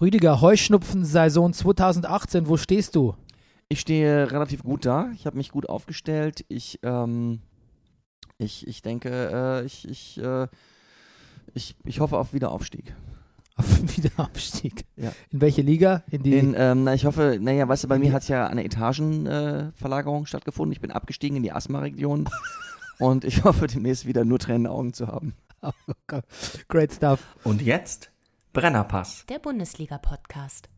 Rüdiger, Heuschnupfen-Saison 2018, wo stehst du? Ich stehe relativ gut da. Ich habe mich gut aufgestellt. Ich, ähm, ich, ich denke, äh, ich, ich, äh, ich, ich hoffe auf Wiederaufstieg. Auf Wiederaufstieg. Ja. In welche Liga? In die. In, ähm, na, ich hoffe, naja, weißt du, bei mir hat ja eine Etagenverlagerung äh, Verlagerung stattgefunden. Ich bin abgestiegen in die Asthma-Region und ich hoffe, demnächst wieder nur Tränen in den Augen zu haben. Great stuff. Und jetzt Brennerpass. Der Bundesliga-Podcast.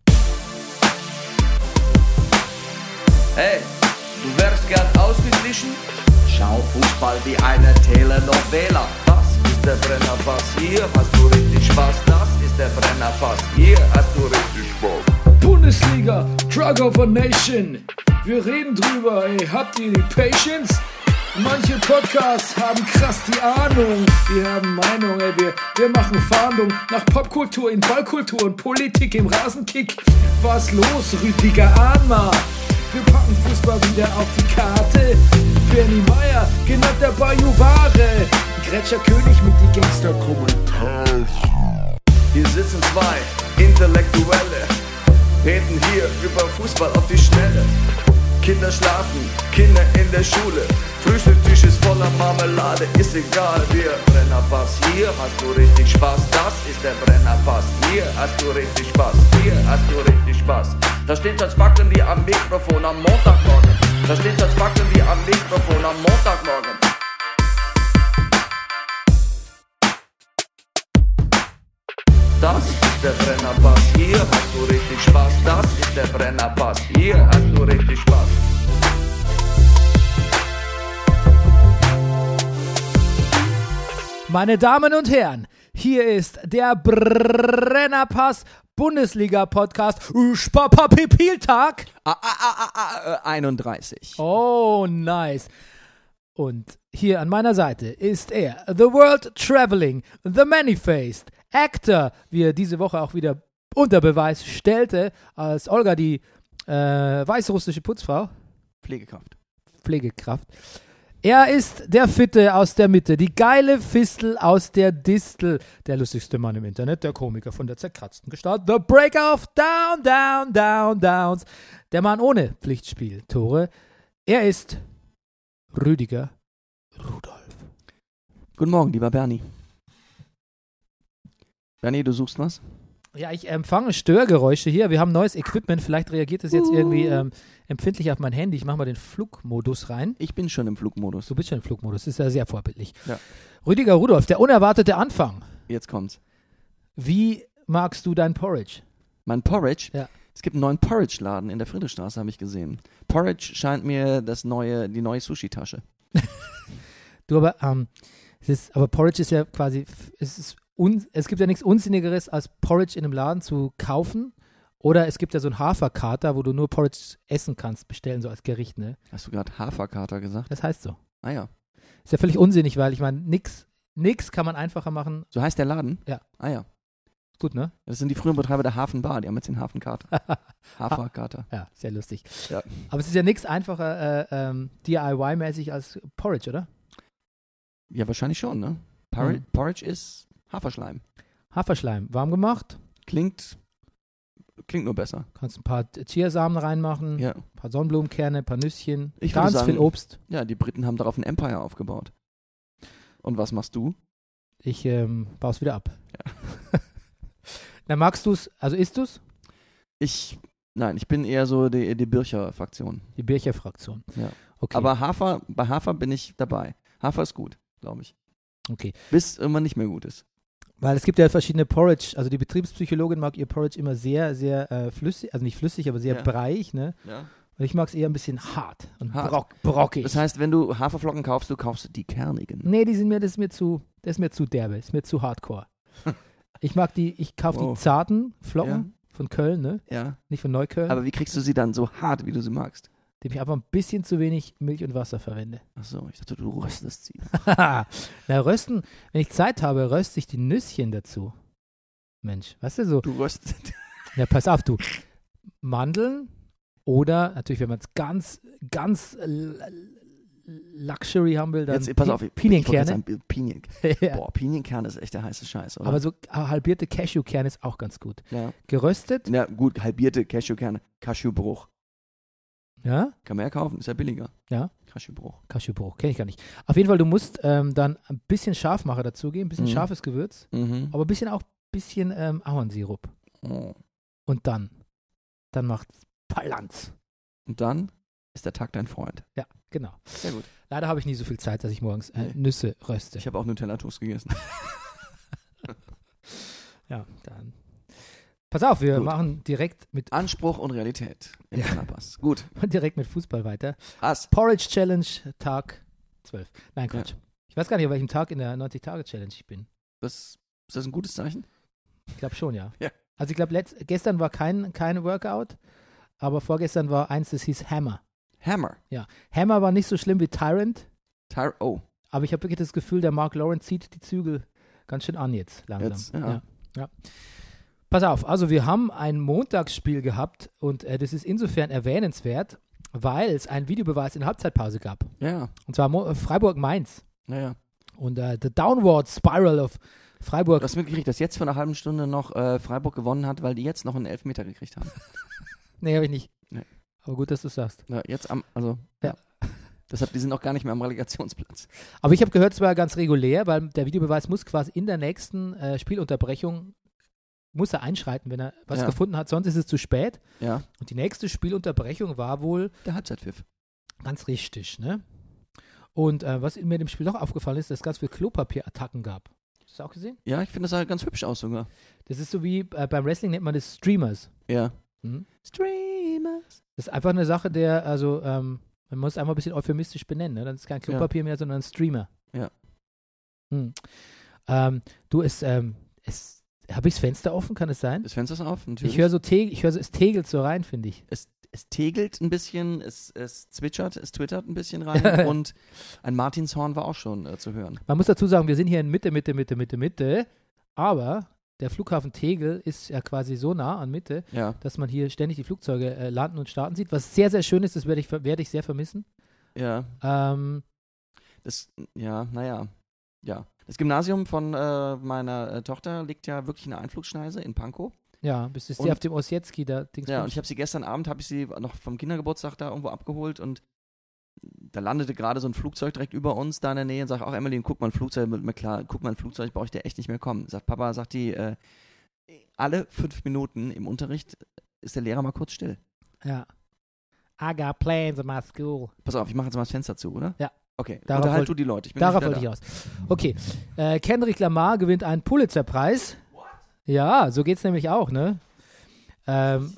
Hey, du wärst gern ausgeglichen? Schau Fußball wie eine Telenovela. Das ist der Brennerpass, hier hast du richtig Spaß. Das ist der Brennerpass, hier hast du richtig Spaß. Bundesliga, Drug of a Nation. Wir reden drüber, ey, habt ihr die Patience? Manche Podcasts haben krass die Ahnung. Wir haben Meinung, ey, wir, wir machen Fahndung nach Popkultur in Ballkultur und Politik im Rasenkick. Was los, Rüdiger Ahnma? Wir packen Fußball wieder auf die Karte. Benny Meyer, genannt der Bayou Ware. Gretscher König mit die Gangster-Kommentare. Hier sitzen zwei Intellektuelle, reden hier über Fußball auf die Schnelle. Kinder schlafen, Kinder in der Schule, Frühstücktisch ist voller Marmelade, ist egal, wir Brennerpass, hier hast du richtig Spaß, das ist der Brennerpass, hier hast du richtig Spaß, hier hast du richtig Spaß. Da steht als Backen wie am Mikrofon am Montagmorgen, da steht als Backen wie am Mikrofon am Montagmorgen. Das ist der Brennerpass, hier hast du richtig Spaß. Das ist der Brennerpass, hier hast du richtig Spaß. Meine Damen und Herren, hier ist der Brennerpass Bundesliga Podcast Spieltag. Ah, ah, ah, ah, ah, äh, 31. Oh, nice. Und hier an meiner Seite ist er, The World Traveling, The Many-Faced, Actor, wie er diese Woche auch wieder unter Beweis stellte, als Olga die äh, weißrussische Putzfrau, Pflegekraft. Pflegekraft. Er ist der Fitte aus der Mitte, die geile Fistel aus der Distel, der lustigste Mann im Internet, der Komiker von der zerkratzten Gestalt, The Breaker of Down, Down, Down, Downs, der Mann ohne Pflichtspiel, Tore. Er ist Rüdiger Rudolf. Guten Morgen, lieber Bernie. Bernie, du suchst was? Ja, ich empfange Störgeräusche hier. Wir haben neues Equipment. Vielleicht reagiert es jetzt irgendwie ähm, empfindlich auf mein Handy. Ich mache mal den Flugmodus rein. Ich bin schon im Flugmodus. Du bist schon im Flugmodus. Das ist ja sehr vorbildlich. Ja. Rüdiger Rudolf, der unerwartete Anfang. Jetzt kommt's. Wie magst du dein Porridge? Mein Porridge? Ja. Es gibt einen neuen Porridge-Laden in der Friedrichstraße, habe ich gesehen. Porridge scheint mir das neue, die neue Sushi-Tasche. Du aber, ähm, es ist, aber Porridge ist ja quasi, f- es, ist un, es gibt ja nichts Unsinnigeres, als Porridge in einem Laden zu kaufen. Oder es gibt ja so einen Haferkater, wo du nur Porridge essen kannst, bestellen, so als Gericht, ne? Hast du gerade Haferkater gesagt? Das heißt so. Ah ja. Ist ja völlig unsinnig, weil ich meine, nix, nix kann man einfacher machen. So heißt der Laden? Ja. Ah ja. Gut, ne? Das sind die frühen Betreiber der Hafenbar, die haben jetzt den Hafenkater. Haferkater. Ja, sehr lustig. Ja. Aber es ist ja nichts einfacher äh, ähm, DIY-mäßig als Porridge, oder? Ja, wahrscheinlich schon, ne? Porri Mhm. Porridge ist Haferschleim. Haferschleim, warm gemacht. Klingt, klingt nur besser. Kannst ein paar Chiasamen reinmachen, Ja. ein paar Sonnenblumenkerne, ein paar Nüsschen, Ich würde ganz sagen- viel Obst. ja, die Briten haben darauf ein Empire aufgebaut. Und was machst du? Ich ähm, baue es wieder ab. Dann magst du es, also isst du es? Ich, nein, ich bin eher so die, die Bircher-Fraktion. Die Bircher-Fraktion. Ja. Okay. Aber Hafer, bei Hafer bin ich dabei. Hafer ist gut, glaube ich. okay. Bis immer nicht mehr gut ist. Weil es gibt ja verschiedene Porridge. Also die Betriebspsychologin mag ihr Porridge immer sehr, sehr äh, flüssig, also nicht flüssig, aber sehr Ja. breich, ne? Und ich mag es eher ein bisschen hart und Hart. Brock, brockig. Das heißt, wenn du Haferflocken kaufst, du kaufst die kernigen. Nee, die sind mir, das ist mir zu, das ist mir zu derbe, ist mir zu hardcore. ich mag die, ich kaufe Wow. die zarten Flocken von Köln, ne? Ja. Nicht von Neukölln, Aber wie kriegst du sie dann so hart, wie du sie magst? dem ich einfach ein bisschen zu wenig Milch und Wasser verwende. Achso, ich dachte, du röstest sie. Na, rösten, wenn ich Zeit habe, röste ich die Nüsschen dazu. Mensch, weißt du so? Du röstest. Ja, pass auf, du. Mandeln oder natürlich, wenn man es ganz, ganz l- Luxury haben will, dann Jetzt, pass auf, ich- ich Pinienkerne. wollte jetzt sagen, Pinien, Ja. Boah, Pinienkerne ist echt der heiße Scheiß, oder? Aber so halbierte Cashewkerne ist auch ganz gut. ja. Geröstet, Na gut, halbierte Cashewkerne, Cashewbruch. ja, Kann man ja kaufen, ist ja billiger. Ja. Cashewbruch. Cashewbruch, kenne ich gar nicht. Auf jeden Fall, du musst ähm, dann ein bisschen Scharfmacher dazugeben, ein bisschen Mhm. scharfes Gewürz, Mhm. aber ein bisschen auch bisschen ähm, Ahornsirup. Oh. Und dann, dann macht Palanz. Und dann ist der Tag dein Freund. Ja, genau. Sehr gut. Leider habe ich nie so viel Zeit, dass ich morgens äh, Nee. Nüsse röste. Ich habe auch Nutella-Toast gegessen. Ja, dann. Pass auf, wir Gut. machen direkt mit, Anspruch und Realität im Ja. Brennerpass. Gut. direkt mit Fußball weiter. Hass. Porridge Challenge, Tag 12. Nein, Quatsch. Ich weiß gar nicht, an welchem Tag in der 90-Tage-Challenge ich bin. Das, ist das ein gutes Zeichen? Ich glaube schon, ja. Ja. Also ich glaube, gestern war kein, kein Workout, aber vorgestern war eins, das hieß Hammer. Hammer. Hammer war nicht so schlimm wie Tyrant, Tyre. Oh. aber ich habe wirklich das Gefühl, der Mark Lawrence zieht die Zügel ganz schön an jetzt langsam. Jetzt, ja. ja. ja. Pass auf, also wir haben ein Montagsspiel gehabt und äh, das ist insofern erwähnenswert, weil es einen Videobeweis in der Halbzeitpause gab. Ja. Und zwar Mo- äh, Freiburg-Mainz Naja. und äh, The Downward Spiral of Freiburg. Du hast mitgekriegt, dass jetzt vor einer halben Stunde noch äh, Freiburg gewonnen hat, weil die jetzt noch einen Elfmeter gekriegt haben. nee, habe ich nicht. Nee. Aber gut, dass du es sagst. Ja, jetzt am, also. Ja. Deshalb, die sind auch gar nicht mehr am Relegationsplatz. Aber ich habe gehört, es war ganz regulär, weil der Videobeweis muss quasi in der nächsten äh, Spielunterbrechung muss er einschreiten, wenn er was Ja. gefunden hat, sonst ist es zu spät. Ja. Und die nächste Spielunterbrechung war wohl Der Halbzeitpfiff. ganz richtig, ne? Und äh, was mir in dem Spiel noch aufgefallen ist, dass es ganz viele Klopapierattacken gab. Hast du das auch gesehen? Ja, ich finde das sah ganz hübsch aus sogar. Das ist so wie äh, beim Wrestling nennt man das Streamers. Ja. Mhm. Streamers. Das ist einfach eine Sache, der, also, ähm, man muss es einfach ein bisschen euphemistisch benennen. Ne? Dann ist es kein Klopapier mehr, sondern ein Streamer. Ja. Hm. Ähm, du, es, ähm, es, habe ich das Fenster offen? Kann es sein? Das Fenster ist auf, natürlich. Ich höre so Tegel, ich höre so, es tegelt so rein, finde ich. es, es tegelt ein bisschen, es, es zwitschert, es twittert ein bisschen rein und ein Martinshorn war auch schon äh, zu hören. Man muss dazu sagen, wir sind hier in Mitte, Mitte, Mitte, Mitte, Mitte, aber der Flughafen Tegel ist ja quasi so nah an Mitte, Ja, dass man hier ständig die Flugzeuge äh, landen und starten sieht, was sehr, sehr schön ist, das werde ich, ver- werde ich sehr vermissen. ja, Ähm, das, ja, naja, ja. Das Gymnasium von äh, meiner äh, Tochter liegt ja wirklich in der Einflugschneise in Pankow. ja, bist du Und- sehr auf dem Osjetski da Dings Ja, und ich habe sie gestern Abend, habe ich sie noch vom Kindergeburtstag da irgendwo abgeholt und da landete gerade so ein Flugzeug direkt über uns da in der Nähe und sagt, auch Emmeline, guck mal ein Flugzeug, mit mir klar, guck mal ein Flugzeug, brauche ich dir echt nicht mehr kommen. Sagt Papa, sagt die, äh, alle fünf Minuten im Unterricht ist der Lehrer mal kurz still. Ja. I got plans in my school. Pass auf, ich mache jetzt mal das Fenster zu, oder? Ja. Okay, Darauf unterhalt wollte- du die Leute. Ich bin Darauf gleich wollte wieder ich raus. Okay. Äh, Kendrick Lamar gewinnt einen Pulitzer-Preis. Ja, so geht's nämlich auch, ne? Ähm,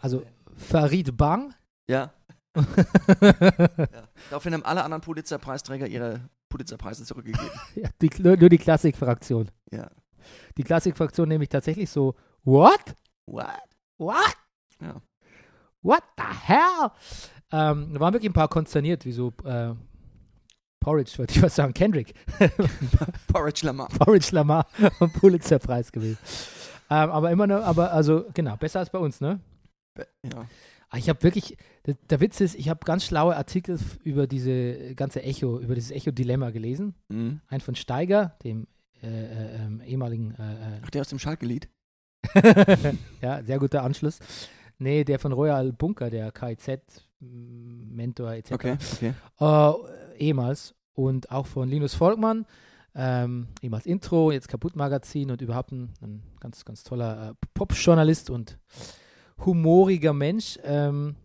also Farid Bang. da. Ja. Daraufhin haben alle anderen Pulitzer-Preisträger ihre Pulitzer-Preise zurückgegeben. Ja, die, nur nur die Klassikfraktion. ja. Die Klassikfraktion nehme ich tatsächlich so, what? What? What? Ja. What the hell? Ähm, da waren wirklich ein paar konsterniert, wie so äh, Porridge, wollte ich was sagen, Kendrick. Porridge Lamar. Porridge Lamar am Pulitzer-Preis gewählt. Ähm, aber immer noch, aber also, genau, besser als bei uns, ne? Ja. Ah, Ich habe wirklich, der, der Witz ist, ich habe ganz schlaue Artikel f- über diese ganze Echo, über dieses Echo-Dilemma gelesen. Mhm. Ein von Steiger, dem äh, äh, ähm, ehemaligen, äh, Ach, der aus dem Schalke-Lied? äh, ja, sehr guter Anschluss. Nee, der von Royal Bunker, der KIZ-Mentor etc. Okay, okay. Äh, ehemals und auch von Linus Volkmann, ähm, ehemals Intro, jetzt Kaputt-Magazin und überhaupt ein, ein ganz, ganz toller äh, Pop-Journalist und humoriger Mensch. Ähm,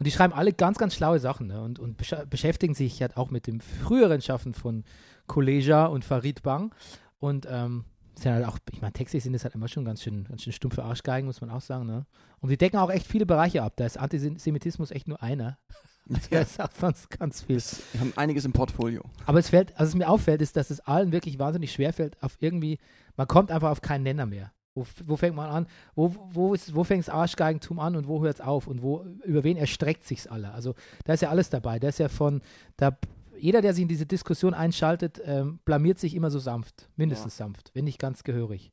und die schreiben alle ganz, ganz schlaue Sachen ne? und, und besch beschäftigen sich halt auch mit dem früheren Schaffen von Koleja und Farid Bang. Und ähm, sind halt auch, ich meine, textlich sind es halt immer schon ganz schön, ganz schön stumpfe Arschgeigen, muss man auch sagen. Ne? Und die decken auch echt viele Bereiche ab. Da ist Antisemitismus echt nur einer. Also da ist auch sonst ganz viel. Wir haben einiges im Portfolio. Aber es fällt, also was mir auffällt, ist, dass es allen wirklich wahnsinnig schwer fällt, auf irgendwie, man kommt einfach auf keinen Nenner mehr. Wo, f- wo fängt man an? Wo, wo, ist, wo fängt das Arschgeigentum an und wo hört es auf? Und wo, über wen erstreckt sich's alle? Also da ist ja alles dabei. Da ist ja von, da, jeder, der sich in diese Diskussion einschaltet, ähm, blamiert sich immer so sanft, mindestens sanft, wenn nicht ganz gehörig.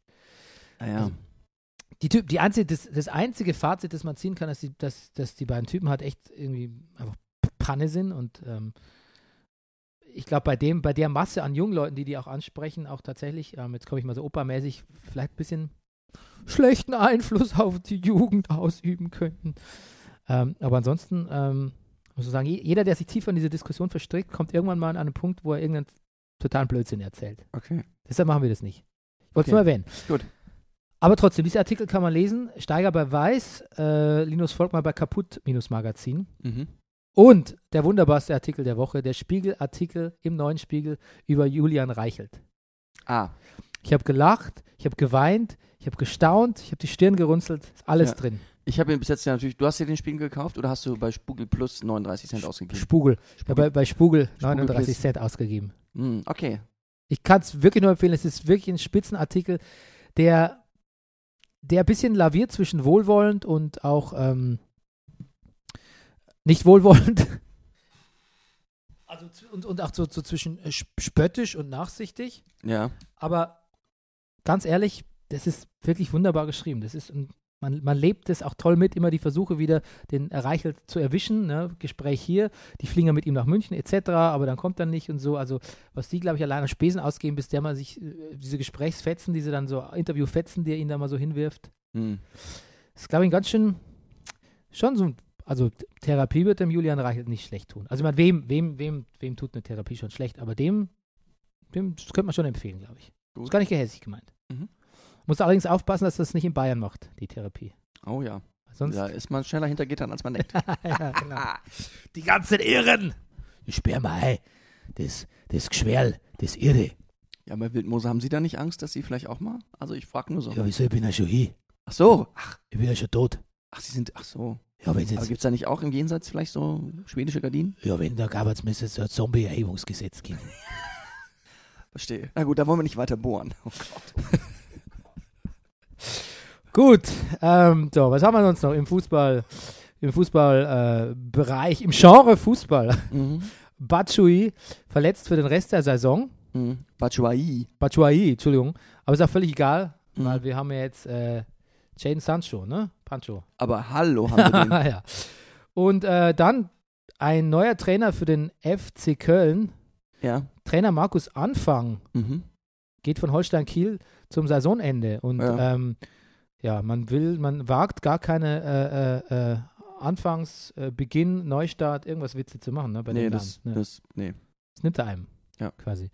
Naja. Die typ, die einzige, das, das einzige Fazit, das man ziehen kann, ist, die, dass, dass die beiden Typen halt echt irgendwie einfach Kanne sind und ähm, ich glaube, bei dem, bei der Masse an jungen Leuten, die die auch ansprechen, auch tatsächlich, ähm, jetzt komme ich mal so opermäßig, vielleicht ein bisschen schlechten Einfluss auf die Jugend ausüben könnten. Ähm, aber ansonsten ähm, muss ich sagen, je- jeder, der sich tiefer in diese Diskussion verstrickt, kommt irgendwann mal an einen Punkt, wo er irgendeinen totalen Blödsinn erzählt. Okay. Deshalb machen wir das nicht. Ich wollte es Okay. nur erwähnen. Gut. Aber trotzdem, diesen Artikel kann man lesen. Steiger bei Weiß, äh, Linus Volkmann bei Kaputt-Magazin. Mhm. Und der wunderbarste Artikel der Woche, der Spiegel-Artikel im neuen Spiegel über Julian Reichelt. Ah, Ich habe gelacht, ich habe geweint, ich habe gestaunt, ich habe die Stirn gerunzelt, ist alles Ja. drin. ich habe ihn bis jetzt ja natürlich. Du hast dir den Spiegel gekauft oder hast du bei Spugel Plus 39 Cent ausgegeben? Spugel. Ich habe Spugel. bei, bei Spugel Spugel 39 Kiss. Cent ausgegeben. Hm, okay. Ich kann es wirklich nur empfehlen. Es ist wirklich ein Spitzenartikel, der, der ein bisschen laviert zwischen wohlwollend und auch ähm, nicht wohlwollend. Also, zw- und, und auch so, so zwischen äh, sp- spöttisch und nachsichtig. Ja. Aber ganz ehrlich, das ist wirklich wunderbar geschrieben. Das ist ein, man, man lebt es auch toll mit, immer die Versuche wieder, den Reichelt zu erwischen. Ne? Gespräch hier, die fliegen ja mit ihm nach München etc., aber dann kommt er nicht und so. Also, was die, glaube ich, alleine Spesen ausgeben, bis der mal sich äh, diese Gesprächsfetzen, diese dann so Interviewfetzen, die er ihn da mal so hinwirft, Hm. ist, glaube ich, ein ganz schön, schon so ein. Also Th- Therapie wird dem Julian Reichelt nicht schlecht tun. Also ich meine, wem, wem, wem, wem tut eine Therapie schon schlecht, aber dem, dem das könnte man schon empfehlen, glaube ich. Ist Gut. gar nicht gehässig gemeint. Mhm. Muss allerdings aufpassen, dass das nicht in Bayern macht, die Therapie. Oh ja. Sonst. Da ist man schneller hinter Gittern, als man denkt. Ja, genau. Die ganzen Irren! Ich sperr mal ein. Das, das Geschwerl, das Irre. ja, bei Wildmoser haben Sie da nicht Angst, dass Sie vielleicht auch mal? Also ich frage nur so. Ja, wieso? Ich bin ja schon hier. Ach so. Ach, Ich bin ja schon tot. ach, Sie sind. Ach so. Ja, wenn Aber jetzt, gibt es da nicht auch im Gegensatz vielleicht so schwedische Gardinen? ja, wenn da gab es müsste so ein Zombie-Erhebungsgesetz geben. Verstehe. Na gut, da wollen wir nicht weiter bohren. Oh Gott. Gut, ähm, so, was haben wir sonst noch im Fußball? Im Fußballbereich, äh, Bereich, im Genre Fußball. Mhm. Batshuayi verletzt für den Rest der Saison. Mhm. Batshuayi. Batshuayi, Entschuldigung. Aber ist auch völlig egal, Mhm. weil wir haben ja jetzt äh, Jane Sancho, ne? Pancho. Aber hallo haben wir den. ja. Und äh, dann ein neuer Trainer für den FC Köln, Ja. Trainer Markus Anfang, Mhm. geht von Holstein Kiel zum Saisonende. Und ja, Ja. ähm, ja man will, man wagt gar keine äh, äh, äh, Anfangs, äh, Beginn, Neustart, irgendwas Witze zu machen, ne? Bei Nee, den das, Namen, ne? das, nee. Das nimmt er einem. Ja. Quasi.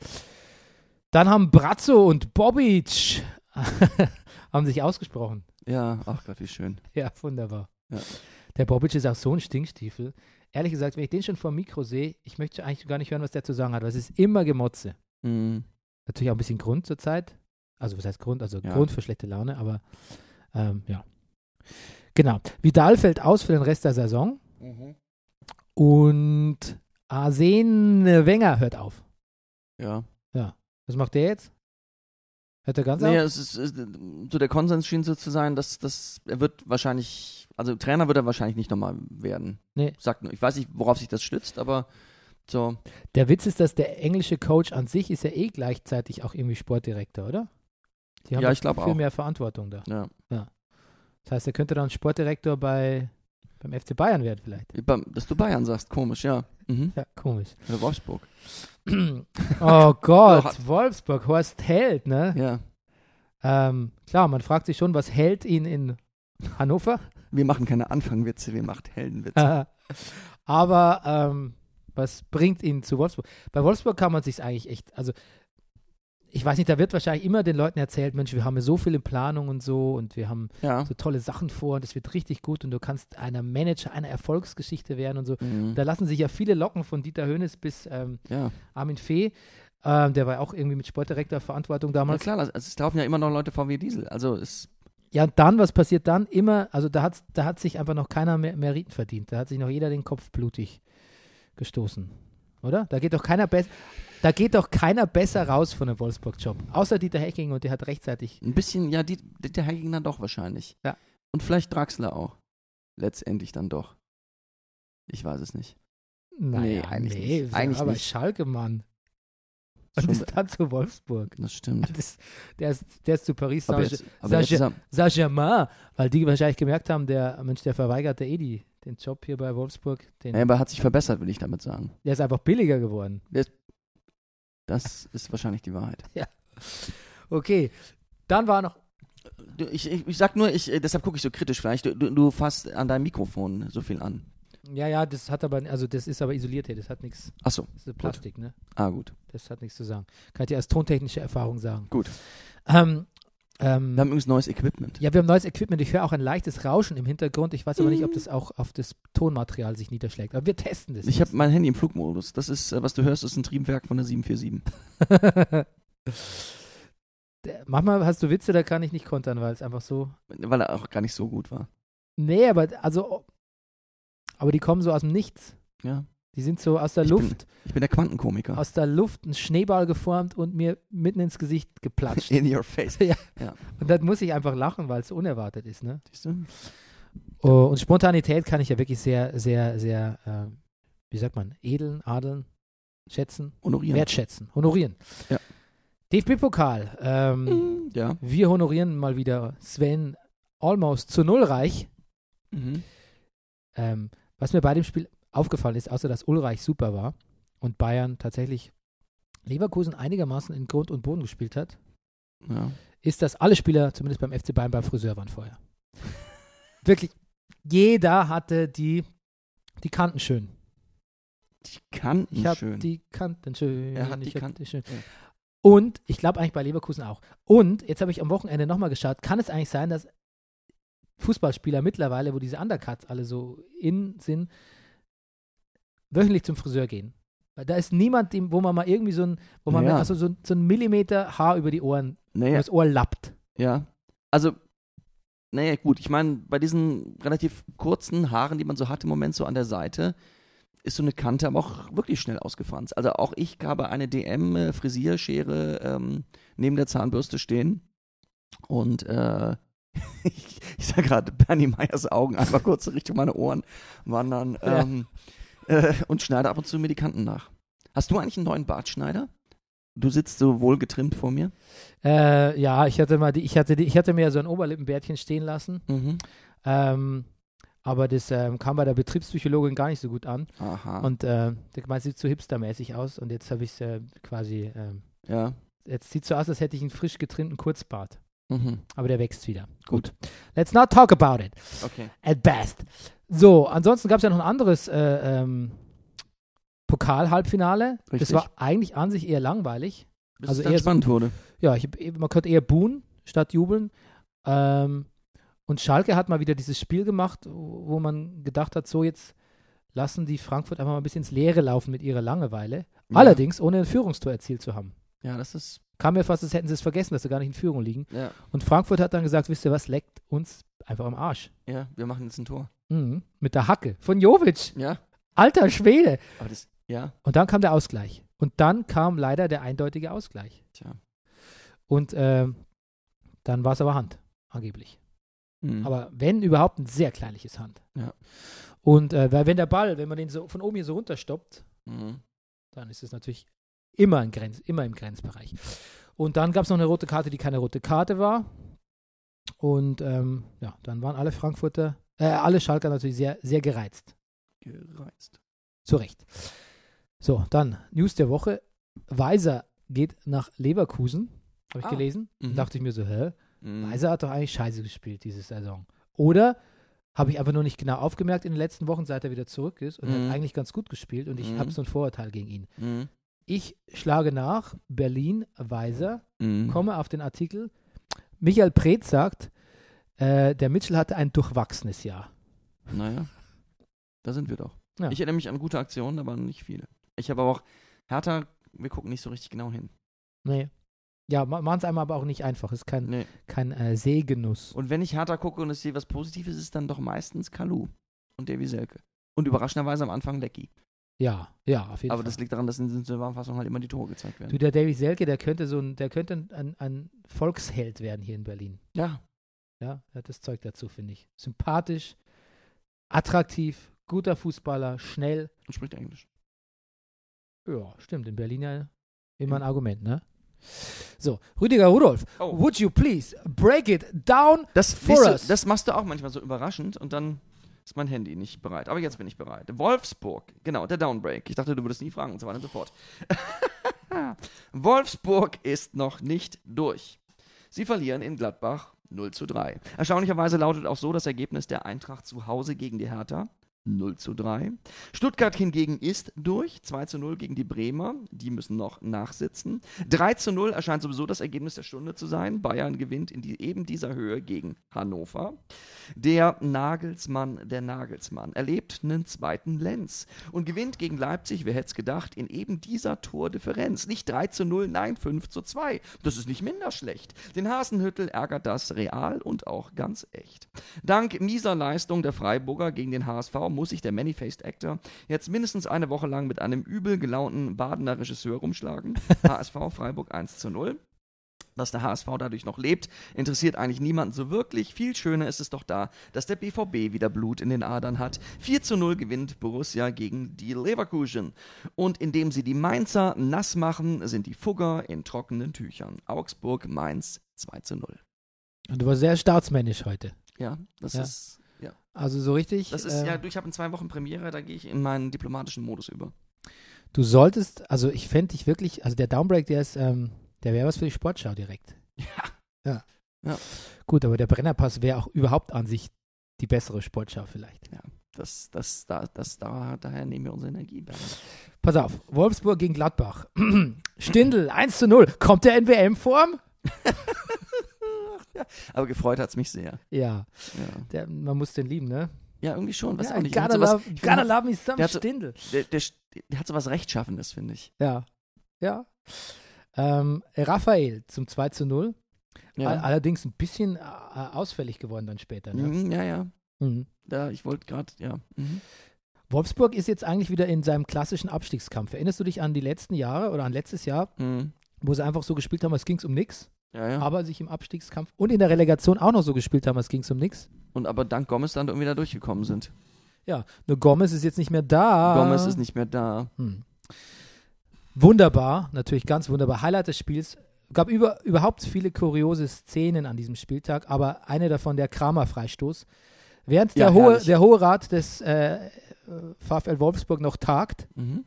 Dann haben Brazzo und Bobic haben sich ausgesprochen. Ja, ach Gott, wie schön. Ja, wunderbar. Ja. Der Bobic ist auch so ein Stinkstiefel. Ehrlich gesagt, wenn ich den schon vor dem Mikro sehe, ich möchte eigentlich gar nicht hören, was der zu sagen hat, weil es ist immer Gemotze. Mhm. Natürlich auch ein bisschen Grund zur Zeit. Also, was heißt Grund? Also Ja. Grund für schlechte Laune, aber ähm, ja. Genau. Vidal fällt aus für den Rest der Saison Mhm. und Arsene Wenger hört auf. Ja. Was macht der jetzt? Hört er ganz Naja, auf? es ist, es ist, so der Konsens schien so zu sein, dass, dass er wird wahrscheinlich, also Trainer wird er wahrscheinlich nicht nochmal werden. Nee. Sagt nur, ich weiß nicht, worauf sich das stützt, aber so, Der Witz ist, dass der englische Coach an sich ist ja eh gleichzeitig auch irgendwie Sportdirektor, oder? Die Ja, doch ich glaub viel auch. mehr Verantwortung da. ja. Das heißt, er könnte dann Sportdirektor bei, beim FC Bayern werden vielleicht. Wie beim- Dass du Bayern sagst, komisch, ja. Mhm. Ja, komisch. Oder Wolfsburg. oh Gott, Hat- Wolfsburg, Horst Held, ne? Ja. Ähm, klar, man fragt sich schon, was hält ihn in Hannover? Wir machen keine Anfangwitze, wir machen Heldenwitze. Aber ähm, was bringt ihn zu Wolfsburg? Bei Wolfsburg kann man sich eigentlich echt, also ich weiß nicht, da wird wahrscheinlich immer den Leuten erzählt, Mensch, wir haben ja so viel in Planung und so und wir haben Ja. so tolle Sachen vor und es wird richtig gut und du kannst einer Manager einer Erfolgsgeschichte werden und so. Mhm. Da lassen sich ja viele locken von Dieter Hönes bis ähm, Ja. Armin Fee. Ähm, der war ja auch irgendwie mit Sportdirektor Verantwortung Na damals. klar, also es laufen ja immer noch Leute VW Diesel. Also es, Ja, und dann, was passiert dann? Immer, also da, hat's, da hat sich einfach noch keiner mehr Meriten verdient. Da hat sich noch jeder den Kopf blutig gestoßen. Oder? Da geht doch keiner besser. Da geht doch keiner besser raus von einem Wolfsburg-Job. Außer Dieter Hecking und der hat rechtzeitig. Ein bisschen, ja, die, die- der Hacking dann doch wahrscheinlich. Ja. Und vielleicht Draxler auch. Letztendlich dann doch. Ich weiß es nicht. Naja, eigentlich nee, nicht. Eigentlich aber nicht. Schalke, Mann. Und Schon ist be- dann zu Wolfsburg. Das stimmt. Das, der, ist, der ist zu Paris Aber Saint- jetzt, aber jetzt ist er, Saint-Germain, weil die wahrscheinlich gemerkt haben, der Mensch, der verweigert ja eh die, den Job hier bei Wolfsburg, den, Ja, aber hat sich verbessert, will ich damit sagen. der ist einfach billiger geworden. Das ist wahrscheinlich die Wahrheit. Okay, dann war noch, Du, ich, ich, ich sag nur, ich, äh, deshalb gucke ich so kritisch vielleicht. Du, du, du fasst an deinem Mikrofon so viel an. ja, ja, das hat aber, also das ist aber isoliert hier, das hat nichts, Ach so. das ist Plastik, ne? Ah, gut. Das hat nichts zu sagen. Kann ich dir als tontechnische Erfahrung sagen. Gut. Ähm, ähm, Wir haben übrigens neues Equipment. ja, wir haben neues Equipment. Ich höre auch ein leichtes Rauschen im Hintergrund. Ich weiß aber nicht, ob das auch auf das Tonmaterial sich niederschlägt. Aber wir testen das. Mm. Ich habe mein Handy im Flugmodus. Das ist, äh, was du hörst, ist ein Triebwerk von der 747. Der- Manchmal hast du Witze, da kann ich nicht kontern, weil es einfach so. Weil er auch gar nicht so gut war. Nee, aber also. Aber die kommen so aus dem Nichts. Ja. Die sind so aus der Ich bin- Luft, Ich bin der Quantenkomiker. aus der Luft ein Schneeball geformt und mir mitten ins Gesicht geplatscht. In your face. und dann muss ich einfach lachen, weil es so unerwartet ist, ne? Siehst du? Oh, und Spontanität kann ich ja wirklich sehr, sehr, sehr, äh, wie sagt man, edeln, adeln, schätzen, Honorieren. wertschätzen, honorieren. Ja. DFB-Pokal. Ähm, Ja. Wir honorieren mal wieder Sven almost zu Nullreich. Mhm. Ähm, was mir bei dem Spiel aufgefallen ist, außer dass Ulreich super war und Bayern tatsächlich Leverkusen einigermaßen in Grund und Boden gespielt hat, ja. ist, dass alle Spieler, zumindest beim FC Bayern, beim Friseur waren vorher. Wirklich, jeder hatte die, die Kanten schön. Die Kanten Ich habe Hm, schön. die Kanten schön. Er hat die ich hab Kanten. schön. Ja. Und ich glaube eigentlich bei Leverkusen auch. Und jetzt habe ich am Wochenende nochmal geschaut, kann es eigentlich sein, dass Fußballspieler mittlerweile, wo diese Undercuts alle so in sind, wöchentlich zum Friseur gehen? Weil da ist niemand, dem, wo man mal irgendwie so ein, wo man Naja. also so, ein- so ein Millimeter Haar über die Ohren, über naja, das Ohr lappt. ja. Also, naja, gut. Ich meine, bei diesen relativ kurzen Haaren, die man so hat im Moment so an der Seite, ist so eine Kante aber auch wirklich schnell ausgefranst. Also auch ich habe eine DM-Frisierschere ähm, neben der Zahnbürste stehen. Und äh, ich, ich sah gerade Bernie Meyers Augen einfach kurz Richtung meine Ohren wandern. Ja. Ähm, äh, und schneide ab und zu mir die Kanten nach. Hast du eigentlich einen neuen Bartschneider? Du sitzt so wohl getrimmt vor mir. Äh, ja, ich hatte mal die, ich hatte die, ich hatte mir so ein Oberlippenbärtchen stehen lassen. Mhm. Ähm, aber das ähm, kam bei der Betriebspsychologin gar nicht so gut an. Aha. Und äh, der meint, sieht so hipstermäßig aus. Und jetzt habe ich es äh, quasi, ähm, ja. jetzt sieht so aus, als hätte ich einen frisch getrimmten Kurzbart. Mhm. Aber der wächst wieder. Gut. Let's not talk about it. Okay. At best. So, ansonsten gab es ja noch ein anderes äh, ähm, Pokal-Halbfinale. Das Richtig. war eigentlich an sich eher langweilig. Bis Also es dann eher so- spannend wurde. Ja, ich hab, eben- man könnte eher buhen statt jubeln. Ähm, und Schalke hat mal wieder dieses Spiel gemacht, wo wo man gedacht hat, so jetzt lassen die Frankfurt einfach mal ein bisschen ins Leere laufen mit ihrer Langeweile. Allerdings ohne ein Führungstor erzielt zu haben. Ja, das ist. Kam mir fast, als hätten sie es vergessen, dass sie gar nicht in Führung liegen. Ja. Und Frankfurt hat dann gesagt, wisst ihr was, leckt uns einfach am Arsch. Ja, wir machen jetzt ein Tor. Mhm. Mit der Hacke von Jovic. Ja. Alter Schwede. Aber das. Ja. Und dann kam der Ausgleich. Und dann kam leider der eindeutige Ausgleich. Tja. Und ähm, dann war es aber Hand, angeblich. Mhm. Aber wenn überhaupt ein sehr kleinliches Hand. Ja. Und äh, weil wenn der Ball, wenn man den so von oben hier so runterstoppt, Mhm. dann ist es natürlich immer, ein Grenz, immer im Grenzbereich. Und dann gab es noch eine rote Karte, die keine rote Karte war. Und ähm, ja, dann waren alle Frankfurter, äh, alle Schalker natürlich sehr, sehr gereizt. Gereizt. Zu Recht. So, dann News der Woche. Weiser geht nach Leverkusen, habe ich Ah. gelesen. Mhm. Dachte ich mir so, hä? Mhm. Weiser hat doch eigentlich scheiße gespielt diese Saison. Oder habe ich einfach nur nicht genau aufgemerkt in den letzten Wochen, seit er wieder zurück ist und Mhm. hat eigentlich ganz gut gespielt und ich Mhm. habe so ein Vorurteil gegen ihn. Mhm. Ich schlage nach Berlin Weiser, Mhm. komme auf den Artikel. Michael Preetz sagt, äh, der Mitchell hatte ein durchwachsenes Jahr. Naja. Da sind wir doch. Ja. Ich erinnere mich an gute Aktionen, aber nicht viele. Ich habe aber auch. Hertha, wir gucken nicht so richtig genau hin. Nee. Ja, ma machen es einmal aber auch nicht einfach. Ist kein, Nee. kein äh, Sehgenuss. Und wenn ich Hertha gucke und es sehe was Positives, ist dann doch meistens Kalu und Davy Selke. Und überraschenderweise am Anfang Lecky. Ja, ja, auf jeden Aber Fall. das liegt daran, dass in der Zusammenfassung halt immer die Tore gezeigt werden. du, der Davy Selke, der könnte so ein, der könnte ein- ein, ein Volksheld werden hier in Berlin. Ja, Ja, er hat das Zeug dazu, finde ich. Sympathisch, attraktiv, guter Fußballer, schnell. und spricht Englisch. Ja, stimmt. In Berlin ja immer ein Argument, ne? So, Rüdiger Rudolf, Oh. would you please break it down? Das, For siehst du, us. das machst du auch manchmal so überraschend und dann Ist mein Handy nicht bereit. Aber jetzt bin ich bereit. Wolfsburg. Genau, der Downbreak. Ich dachte, du würdest nie fragen und so weiter und so fort. Wolfsburg ist noch nicht durch. Sie verlieren in Gladbach 0 zu 3. Erstaunlicherweise lautet auch so das Ergebnis der Eintracht zu Hause gegen die Hertha. 0 zu 3. Stuttgart hingegen ist durch. 2 zu 0 gegen die Bremer. Die müssen noch nachsitzen. 3 zu 0 erscheint sowieso das Ergebnis der Stunde zu sein. Bayern gewinnt in die, eben dieser Höhe gegen Hannover. Der Nagelsmann, der Nagelsmann, erlebt einen zweiten Lenz und gewinnt gegen Leipzig, wer hätte es gedacht, in eben dieser Tordifferenz. Nicht 3 zu 0, nein, 5 zu 2. Das ist nicht minder schlecht. Den Hasenhüttel ärgert das real und auch ganz echt. Dank mieser Leistung der Freiburger gegen den HSV muss sich der Many-Faced Actor jetzt mindestens eine Woche lang mit einem übel gelaunten Badener Regisseur rumschlagen. HSV Freiburg 1 zu 0 dass der HSV dadurch noch lebt, interessiert eigentlich niemanden so wirklich. Viel schöner ist es doch da, dass der BVB wieder Blut in den Adern hat. 4 zu 0 gewinnt Borussia gegen die Leverkusen. Und indem sie die Mainzer nass machen, sind die Fugger in trockenen Tüchern. Augsburg, Mainz 2 zu 0. Und du warst sehr staatsmännisch heute. Ja, das Ja. ist. Ja. Also so richtig. Das ist, äh, ja, du, ich habe in zwei Wochen Premiere, da gehe ich in meinen diplomatischen Modus über. Du solltest, also ich fände dich wirklich, also der Downbreak, der ist, ähm, der wäre was für die Sportschau direkt. Ja. Ja. Ja. Gut, aber der Brennerpass wäre auch überhaupt an sich die bessere Sportschau vielleicht. Das, das, da, das, da, daher nehmen wir unsere Energie. Bernd. Pass auf, Wolfsburg gegen Gladbach. Stindl, 1 zu 0. Kommt der in WM-Form? Aber gefreut hat es mich sehr. Ja, Ja. der, man muss den lieben, ne? ja, irgendwie schon. Weiß ja, auch nicht. Gotta, Hat sowas- love, ich find, gotta love me der some hat so- Stindl. Der, der, der hat so was Rechtschaffendes, finde ich. Ja, ja. Ähm, Raphael zum 2 zu 0. All- Ja, Allerdings ein bisschen äh, ausfällig geworden dann später, ne? mhm, ja. ja. Mhm. Da, ich wollte gerade, ja. Mhm. Wolfsburg ist jetzt eigentlich wieder in seinem klassischen Abstiegskampf. Erinnerst du dich an die letzten Jahre oder an letztes Jahr, Mhm. wo sie einfach so gespielt haben, als ging es um nichts, Ja, ja. aber sich im Abstiegskampf und in der Relegation auch noch so gespielt haben, als ging es um nichts? Und aber dank Gomez dann irgendwie da durchgekommen sind. Ja, nur Gomez ist jetzt nicht mehr da. Gomez ist nicht mehr da. Hm. Wunderbar, natürlich ganz wunderbar. Highlight des Spiels. Gab über, überhaupt viele kuriose Szenen an diesem Spieltag, aber eine davon der Kramer-Freistoß. Während Ja, der, hohe, herrlich. der Hohe Rat des äh, VfL Wolfsburg noch tagt, Mhm.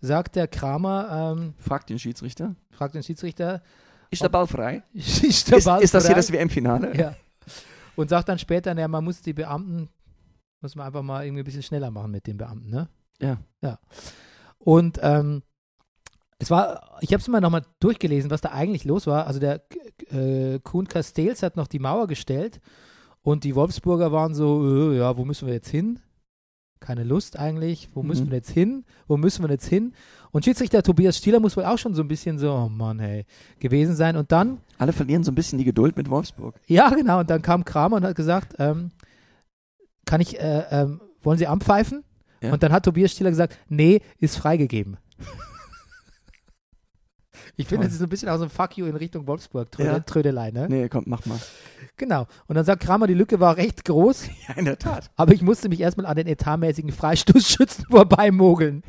sagt der Kramer, ähm, Fragt den Schiedsrichter. fragt den Schiedsrichter, Ist der Ball frei? schießt der ist, Ball ist das hier frei? das WM-Finale? Ja. Und sagt dann später, naja, man muss die Beamten, muss man einfach mal irgendwie ein bisschen schneller machen mit den Beamten, ne? Ja. Ja. Und ähm, es war, ich habe es mal nochmal durchgelesen, was da eigentlich los war. Also der äh, Kuhn Castells hat noch die Mauer gestellt und die Wolfsburger waren so, äh, ja, wo müssen wir jetzt hin? Keine Lust eigentlich, wo müssen Mhm. wir jetzt hin? Wo müssen wir jetzt hin? Und Schiedsrichter Tobias Stieler muss wohl auch schon so ein bisschen so, oh Mann, hey, gewesen sein. Und dann Alle verlieren so ein bisschen die Geduld mit Wolfsburg. ja, genau. Und dann kam Kramer und hat gesagt, ähm, kann ich, äh, ähm, wollen Sie anpfeifen? Ja. Und dann hat Tobias Stieler gesagt, nee, ist freigegeben. ich finde, Toll. das ist so ein bisschen auch so ein Fuck you in Richtung Wolfsburg, Tröde, Ja. Trödelei, ne? Nee, komm, mach mal. Genau. Und dann sagt Kramer, die Lücke war recht groß, Ja, in der Tat. aber ich musste mich erstmal an den etatmäßigen Freistoßschützen vorbeimogeln.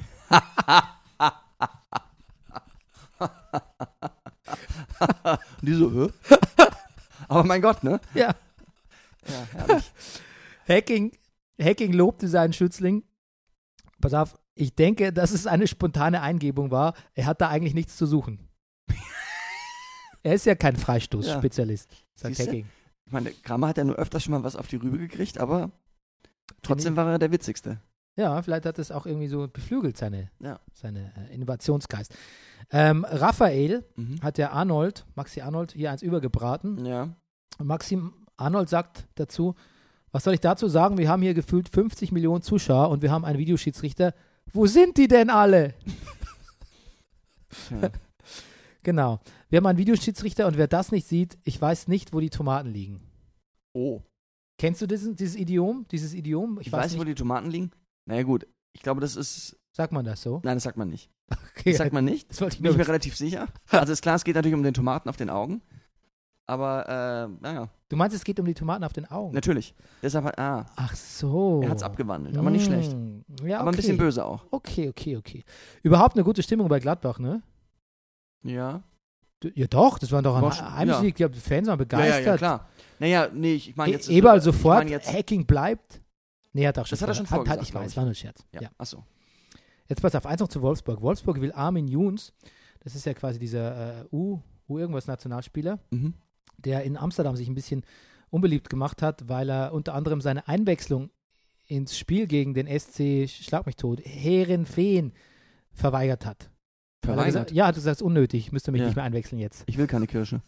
Und die so, hä? aber mein Gott, ne? Ja. Ja, herrlich. Hacking, Hacking lobte seinen Schützling. Pass auf, ich denke, dass es eine spontane Eingebung war. Er hat da eigentlich nichts zu suchen. er ist ja kein Freistoßspezialist, sagt Siehste? Hacking. Ich meine, Kramer hat ja nur öfters schon mal was auf die Rübe gekriegt, aber trotzdem war er der Witzigste. Ja, vielleicht hat es auch irgendwie so beflügelt, seine, Ja. seine äh, Innovationsgeist. Ähm, Raphael Mhm. hat der Arnold, Maxi Arnold, hier eins übergebraten. Ja. Und Maxim Arnold sagt dazu, was soll ich dazu sagen? Wir haben hier gefühlt 50 Millionen Zuschauer und wir haben einen Videoschiedsrichter. Wo sind die denn alle? Tja. Genau. Wir haben einen Videoschiedsrichter und wer das nicht sieht, ich weiß nicht, wo die Tomaten liegen. Oh. Kennst du diesen, dieses Idiom? Dieses Idiom? Ich, weiß nicht, wo die Tomaten liegen. Naja, gut. Ich glaube, das ist. Sagt man das so? Nein, das sagt man nicht. Okay. Das sagt man nicht. das wollte ich Bin nur ich mir relativ sicher. Also ist klar, es geht natürlich um den Tomaten auf den Augen. Aber, äh, naja, Du meinst, es geht um die Tomaten auf den Augen? natürlich. Deshalb, hat- ah, Ach so. er hat es abgewandelt. Aber nicht Hm. schlecht. Ja, okay. Aber ein bisschen böse auch. Okay, okay, okay. Überhaupt eine gute Stimmung bei Gladbach, ne? Ja. Du- Ja doch, das war doch ein War schon- He- Heimsieg. Die Fans waren Ja, ja, ja, begeistert. klar. Naja, nee, ich meine E jetzt. Eberl ich sofort, meine jetzt, Hacking bleibt. Nee, hat auch schon Das hat er schon vorher- vorgesagt, ich glaub weiß, ich. war nur ein Scherz. Ja. Ja. Achso. Jetzt pass auf, eins noch zu Wolfsburg. Wolfsburg will Armin Juns, das ist ja quasi dieser äh, U, U irgendwas Nationalspieler, Mhm. der in Amsterdam sich ein bisschen unbeliebt gemacht hat, weil er unter anderem seine Einwechslung ins Spiel gegen den SC Schlag mich tot, Herenfeen verweigert hat. Weil er gesagt- Verweigert. Ja, hat gesagt, es ist unnötig, ich müsste mich Ja. nicht mehr einwechseln jetzt. Ich will keine Kirsche.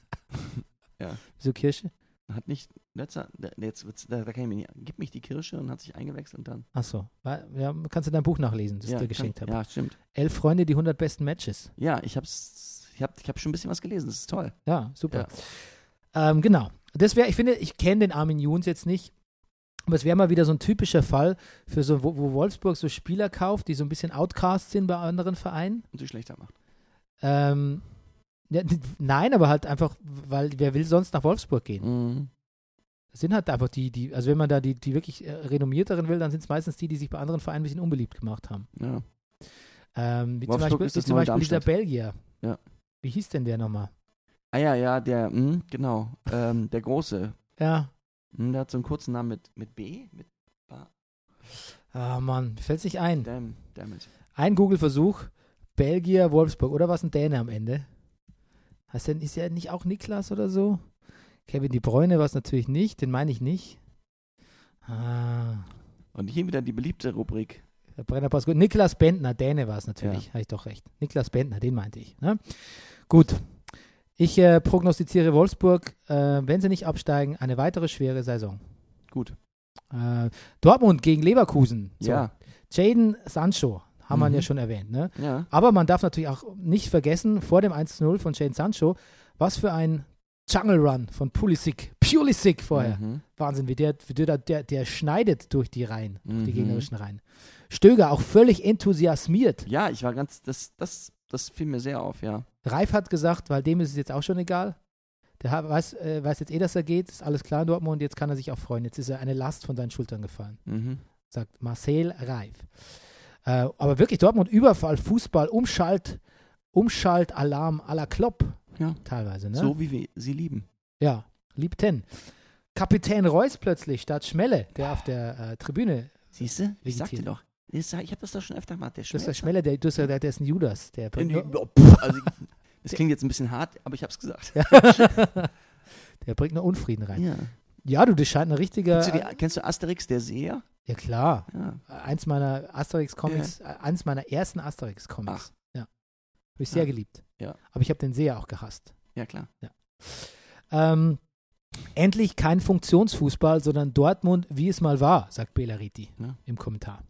So Kirsche. Hat nicht. Letzter, da- jetzt, wird's- da, da kann ich mir nicht. Gib mich die Kirsche und hat sich eingewechselt und dann. Ach so, Wa- ja, kannst du dein Buch nachlesen, das ich ja, dir geschenkt kann- habe. Ja, stimmt. Elf Freunde, die 100 besten Matches. Ja, ich hab's. Ich hab, ich hab schon ein bisschen was gelesen. Das ist toll. Ja, super. Ähm, genau. Das wäre, ich finde, ich kenne den Armin Jons jetzt nicht, aber es wäre mal wieder so ein typischer Fall für so, wo, wo Wolfsburg so Spieler kauft, die so ein bisschen Outcast sind bei anderen Vereinen. Und sie schlechter macht. Ähm, ja, n- nein, aber halt einfach, weil wer will sonst nach Wolfsburg gehen? Mhm. Das sind halt einfach die, die, also wenn man da die, die wirklich äh, renommierteren will, dann sind es meistens die, die sich bei anderen Vereinen ein bisschen unbeliebt gemacht haben. Ja. Ähm, wie zum Wolfsburg Beispiel, ist wie das zum neue Beispiel dieser Darmstadt. Belgier. Ja. Wie hieß denn der nochmal? Ah ja, ja, der, hm, genau. Ähm, der Große. Ja. Hm, der hat so einen kurzen Namen mit, mit B? Mit Ah, Mann, fällt sich ein. Damn, damit. Ein Google-Versuch. Belgier, Wolfsburg. Oder was ein Däne am Ende? Heißt denn, ist ja nicht auch Niklas oder so? Kevin De Bruyne war es natürlich nicht. Den meine ich nicht. Ah, Und hier wieder die beliebte Rubrik. der Brennerpass gut. Niklas Bentner, Däne war es natürlich. Habe ich doch recht. Niklas Bentner, den meinte ich. Ne? Gut. Ich äh, prognostiziere Wolfsburg, äh, wenn sie nicht absteigen, eine weitere schwere Saison. Gut. Äh, Dortmund gegen Leverkusen. So. Ja, Jaden Sancho, haben wir Mhm. ja schon erwähnt. Ne? ja. Aber man darf natürlich auch nicht vergessen, vor dem 1-0 von Jane Sancho, was für ein Jungle Run von Pulisic. Pulisic vorher. Mhm. Wahnsinn, wie der, wie der, der, der schneidet durch die Reihen, durch die Mhm. gegnerischen Reihen. Stöger auch völlig enthusiasmiert. Ja, ich war ganz, das, das, das fiel mir sehr auf, ja. Reif hat gesagt, weil dem ist es jetzt auch schon egal. Der hat- weiß, äh, weiß jetzt eh, dass er geht. Ist alles klar in Dortmund. Jetzt kann er sich auch freuen. Jetzt ist er eine Last von seinen Schultern gefallen. Mhm. sagt Marcel Reif. Äh, aber wirklich Dortmund Überfall, Fußball, Umschalt, Umschaltalarm à la Klopp Ja. teilweise. Ne? So wie wir sie lieben. Ja, liebten. Kapitän Reus plötzlich statt Schmelle, der auf der äh, Tribüne, Siehst du? Ich sagte Vegetieren. doch. Ich, sag, ich habe das doch schon öfter gemacht. Der das ist der Schmerz. Schmelle, der, das ist der, der ist ein Judas. Der, In die- bringt nur, oh, pff, also, ich- das klingt jetzt ein bisschen hart, aber ich hab's gesagt. der bringt nur Unfrieden rein. Ja. Ja, du, das scheint ein richtiger. Kennst, du die, kennst du Asterix, der Seher? ja, klar. Ja. Äh, Eins meiner Asterix-Comics, äh, eins meiner ersten Asterix-Comics. Ja. Habe ich sehr Ja. geliebt. Ja. Aber ich habe den sehr auch gehasst. Ja, klar. Ähm, endlich kein Funktionsfußball, sondern Dortmund, wie es mal war, sagt Belariti Ja. im Kommentar.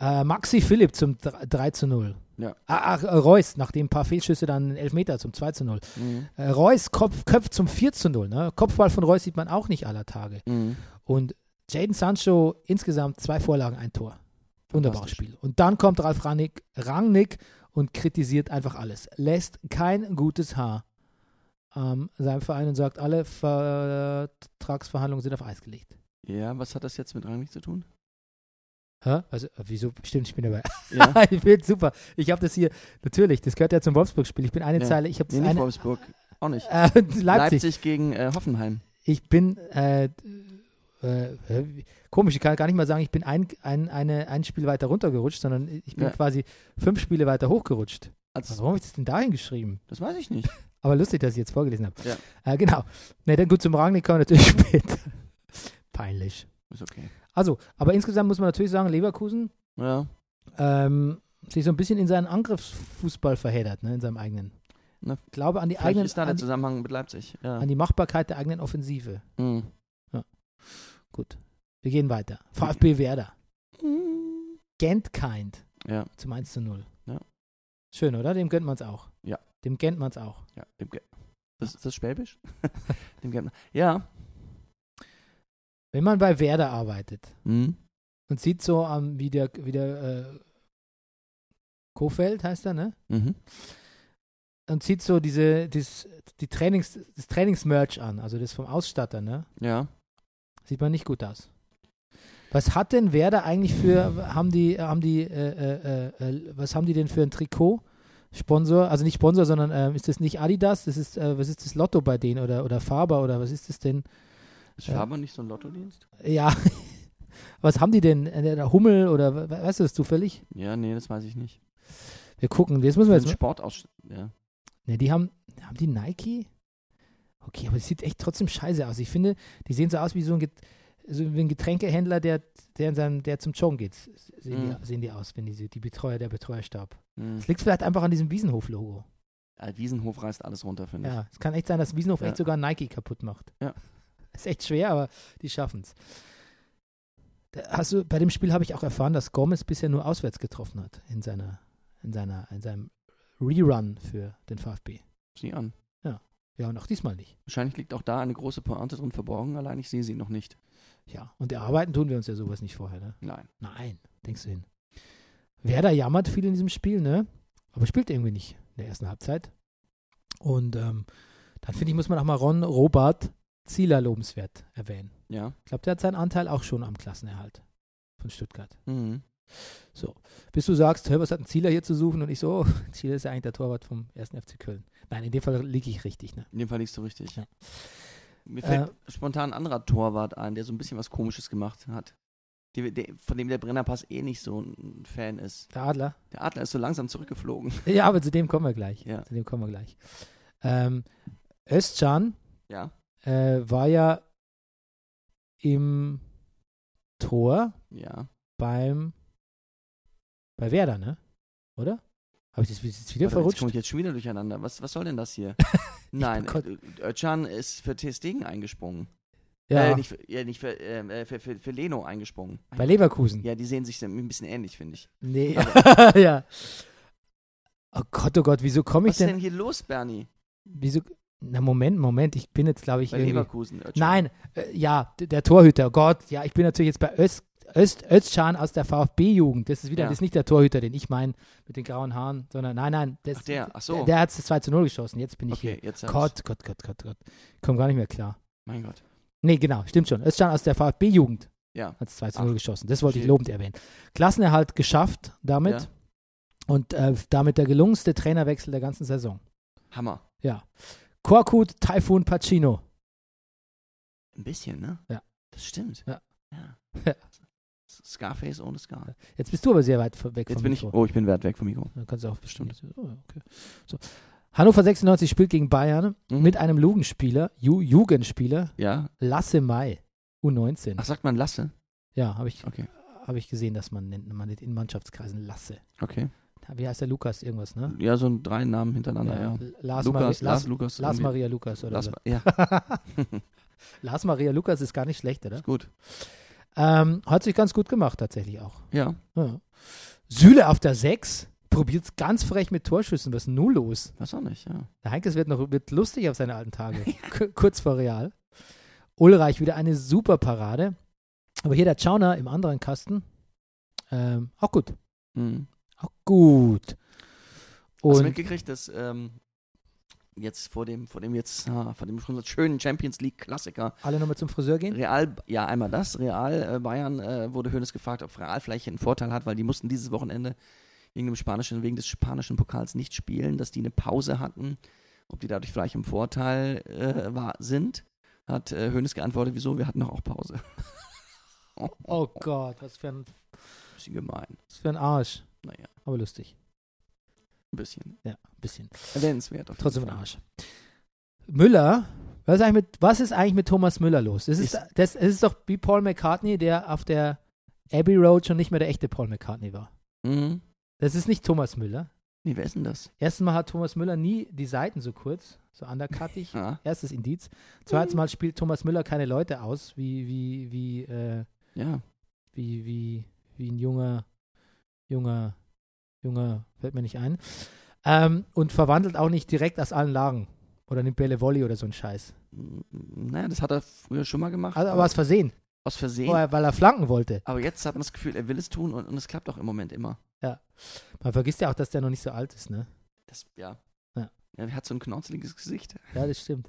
Äh, Maxi Philipp zum 3 zu 0. Ja. Ah, ah, äh, Reus, nachdem ein paar Fehlschüsse dann einen Elfmeter zum 2 zu 0. Mhm. Äh, Reus Kopf, Köpf zum 4 zu 0. Ne? Kopfball von Reus sieht man auch nicht aller Tage. Mhm. Und Jaden Sancho insgesamt zwei Vorlagen, ein Tor. Wunderbares Fantastisch. Spiel. Und dann kommt Ralf Rangnick, Rangnick und kritisiert einfach alles. Lässt kein gutes Haar ähm, seinem Verein und sagt, alle Vertragsverhandlungen sind auf Eis gelegt. Ja, was hat das jetzt mit Rangnick zu tun? Hä? Also, äh, wieso? Stimmt, ich bin dabei. Ja. ich bin super. Ich habe das hier, natürlich, das gehört ja zum Wolfsburg-Spiel. Ich bin eine Ja. Zeile, ich habe das Nee, nicht eine. Wolfsburg. Auch nicht. Äh, Leipzig. gegen äh, Hoffenheim. Ich bin, äh, äh, hä? komisch, ich kann gar nicht mal sagen, ich bin ein, ein, eine, ein Spiel weiter runtergerutscht, sondern ich bin Ja. quasi fünf Spiele weiter hochgerutscht. Also, Warum habe ich das denn dahin geschrieben? das weiß ich nicht. Aber lustig, dass ich jetzt vorgelesen habe. Ja. Äh, genau. Ne, dann gut zum Rangnick kommen wir natürlich später. Peinlich. Ist okay. Also, aber insgesamt muss man natürlich sagen, Leverkusen Ja, ähm, sich so ein bisschen in seinen Angriffsfußball verheddert, ne, in seinem eigenen. Na, ich glaube an die vielleicht eigenen, ist da der an die, Zusammenhang mit Leipzig. Ja. an die Machbarkeit der eigenen Offensive. Mhm. Gut, wir gehen weiter. VfB Werder. Mhm. Gent-Kind Ja. zum 1 zu 0. Ja. Schön, oder? Dem gönnt man es auch. Ja. Dem gönnt man es auch. ja. Dem Ge- das, ist das Schwäbisch? Dem Gärtner. Ja. Wenn man bei Werder arbeitet, Mhm. und sieht so am wie der, wie der äh, Kofeld heißt er, ne? Mhm. Und sieht so diese, dies, die Trainings, das Trainingsmerch an, also das vom Ausstatter, ne? Ja. Sieht man nicht gut aus. Was hat denn Werder eigentlich für, haben die, haben die, äh, äh, äh, was haben die denn für ein Trikot? Sponsor, also nicht Sponsor, sondern ähm, ist das nicht Adidas? Das ist, äh, was ist das Lotto bei denen oder, oder Faber oder was ist das denn? Ist Ja. Faber nicht so ein Lottodienst? Ja, Was haben die denn? Äh, Der Hummel oder we- weißt du das zufällig? Ja, nee, das weiß ich nicht. Wir gucken. Jetzt müssen wir Ein jetzt. mal- Sport aus. Ja. Ne, die haben. Haben die Nike? Okay, aber das sieht echt trotzdem scheiße aus. Ich finde, die sehen so aus wie so ein, Get so wie ein Getränkehändler, der, der, in seinem, der zum Joggen geht. Sehen, Mhm. die, sehen die aus, wenn die, so- die Betreuer, der Betreuerstab. Hm. Das liegt vielleicht einfach an diesem Wiesenhof-Logo. Alt Äh, Wiesenhof reißt alles runter, finde ich. Ja, es kann echt sein, dass Wiesenhof Ja. echt sogar Nike kaputt macht. Ja. Ist echt schwer, aber die schaffen es. Hast du, bei dem Spiel habe ich auch erfahren, dass Gomez bisher nur auswärts getroffen hat in seiner, in seiner, in seinem Rerun für den VfB. Sieh an. Ja, und auch diesmal nicht. Wahrscheinlich liegt auch da eine große Pointe drin verborgen, allein ich sehe sie noch nicht. Ja, und erarbeiten tun wir uns ja sowas nicht vorher, ne? Nein. Nein, denkst du hin. Werder jammert viel in diesem Spiel, ne? Aber spielt irgendwie nicht in der ersten Halbzeit. Und ähm, dann finde ich, muss man auch mal Ron Robert Zieler lobenswert erwähnen. Ja. Ich glaube, der hat seinen Anteil auch schon am Klassenerhalt von Stuttgart. Mhm. So, bis du sagst, hey, was hat ein Zieler hier zu suchen? Und ich so, oh, Zieler ist ja eigentlich der Torwart vom 1. FC Köln. Nein, in dem Fall liege ich richtig, ne? In dem Fall liegst du richtig. Ja. Äh. Mir fällt spontan ein anderer Torwart ein, der so ein bisschen was Komisches gemacht hat. Die, der- von dem der Brennerpass eh nicht so ein Fan ist. Der Adler. Der Adler ist so langsam zurückgeflogen. Ja, aber zu dem kommen wir gleich. Ja. Zu dem kommen wir gleich. Ähm, Özcan Ja. äh, war ja im Tor Ja. beim bei Werder, ne? Oder? Habe ich das jetzt wieder Warte, Jetzt verrutscht? komme ich jetzt schon wieder durcheinander. Was, was soll denn das hier? Nein, äh, bekomme- Özcan ist für Ter Stegen eingesprungen. Ja, Äh, nicht, für- ja, nicht für, ähm, äh, für, für, für Leno eingesprungen. bei Leverkusen. Ja, die sehen sich ein bisschen ähnlich, finde ich. Nee, ja. Oh Gott, oh Gott, wieso komme Was ich ist denn denn? hier los, Bernie? Wieso? Na, Moment, Moment, ich bin jetzt, glaube ich, Bei irgendwie. Leverkusen. Özcan. Nein, äh, ja, d- der Torhüter, oh Gott, ja, ich bin natürlich jetzt bei Öz, Öz, Özcan aus der VfB-Jugend. Das ist wieder, Ja. das ist nicht der Torhüter, den ich meine, mit den grauen Haaren, sondern nein, nein, das, Ach, der, ach so. der, der hat es 2 zu 0 geschossen, jetzt bin ich okay, hier. jetzt hab's. Gott, Gott, Gott, Gott, Gott. Ich komme gar nicht mehr klar. Mein Gott. Nee, genau, stimmt schon. Özcan aus der VfB-Jugend Ja. hat es 2 zu Ach, 0 geschossen. Das wollte ich shit. lobend erwähnen. Klassenerhalt geschafft damit Ja. und äh, damit der gelungenste Trainerwechsel der ganzen Saison. Hammer. Ja. Korkut, Taifun, Pacino. Ein bisschen, ne? Ja. Das stimmt. Ja. Ja. Ja. Scarface ohne Scar. Jetzt bist du aber sehr weit weg Jetzt vom bin ich. Mikro. Oh, ich bin weit weg vom Mikro. Dann kannst du auch bestimmt. Oh, okay. so. Hannover 96 spielt gegen Bayern Mhm. mit einem Lugenspieler, Ju Jugendspieler, Ja. Lasse Mai, U19. Ach, sagt man Lasse? Ja, habe ich, Okay. hab ich gesehen, dass man nennt man den in Mannschaftskreisen Lasse. Okay. Wie heißt der Lukas? Irgendwas, ne? Äh, Ja, so ein drei Namen hintereinander, ja. Lars, Lukas, Mari Lars, Lars, Lukas. Lars irgendwie. Maria Lukas oder Lars, so. Ma- ja, Lars Maria Lukas ist gar nicht schlecht, oder? ist gut. Ähm, hat sich ganz gut gemacht, tatsächlich auch. Ja. Ja. Süle auf der 6 probiert es ganz frech mit Torschüssen. Was ist denn nun los? Weiß auch nicht, ja. Der Heinkes wird noch wird lustig auf seine alten Tage. K- Kurz vor Real. Ulreich wieder eine super Parade. Aber hier der Chauner im anderen Kasten. Ähm, auch gut. Mhm. Auch gut. Hast du Und mitgekriegt, dass ähm, jetzt vor dem, vor dem jetzt, ah, vor dem schon schönen Champions League Klassiker alle nochmal zum Friseur gehen? Real, ja einmal das, Real äh, Bayern äh, wurde Hönes gefragt, ob Real vielleicht einen Vorteil hat, weil die mussten dieses Wochenende wegen dem spanischen, wegen des spanischen Pokals nicht spielen, dass die eine Pause hatten, ob die dadurch vielleicht im Vorteil äh, war, sind, hat äh, Hönes geantwortet, wieso, wir hatten doch auch Pause. oh, Oh Gott, was für ein, bisschen gemein, was für ein Arsch. naja, Aber lustig. ein bisschen Ja, ein bisschen. erwähnenswert. auf jeden Trotzdem ein Fall. Arsch. Müller. Was ist eigentlich mit, was ist eigentlich mit Thomas Müller los? Das ist, das, das ist doch wie Paul McCartney, der auf der Abbey Road schon nicht mehr der echte Paul McCartney war. Mhm. Das ist nicht Thomas Müller. Nee, wer ist denn das? Erstens Mal hat Thomas Müller nie die Seiten so kurz, so undercuttig. Ah, Erstes Indiz. Zweites Mal spielt Thomas Müller keine Leute aus, wie, wie, wie, äh, ja. wie, wie, wie ein junger, junger, junger, fällt mir nicht ein. Ähm, und verwandelt auch nicht direkt aus allen Lagen. Oder nimmt Bälle Volley oder so ein Scheiß. N- Hm, Naja, das hat er früher schon mal gemacht. Also, aber aus Versehen, aus Versehen. weil weil er flanken wollte. Aber jetzt hat man das Gefühl, er will es tun und, und es klappt auch im Moment immer. Man vergisst ja auch, dass der noch nicht so alt ist, ne? Das, ja. Ja. Er hat so ein knauzeliges Gesicht. Ja, das stimmt.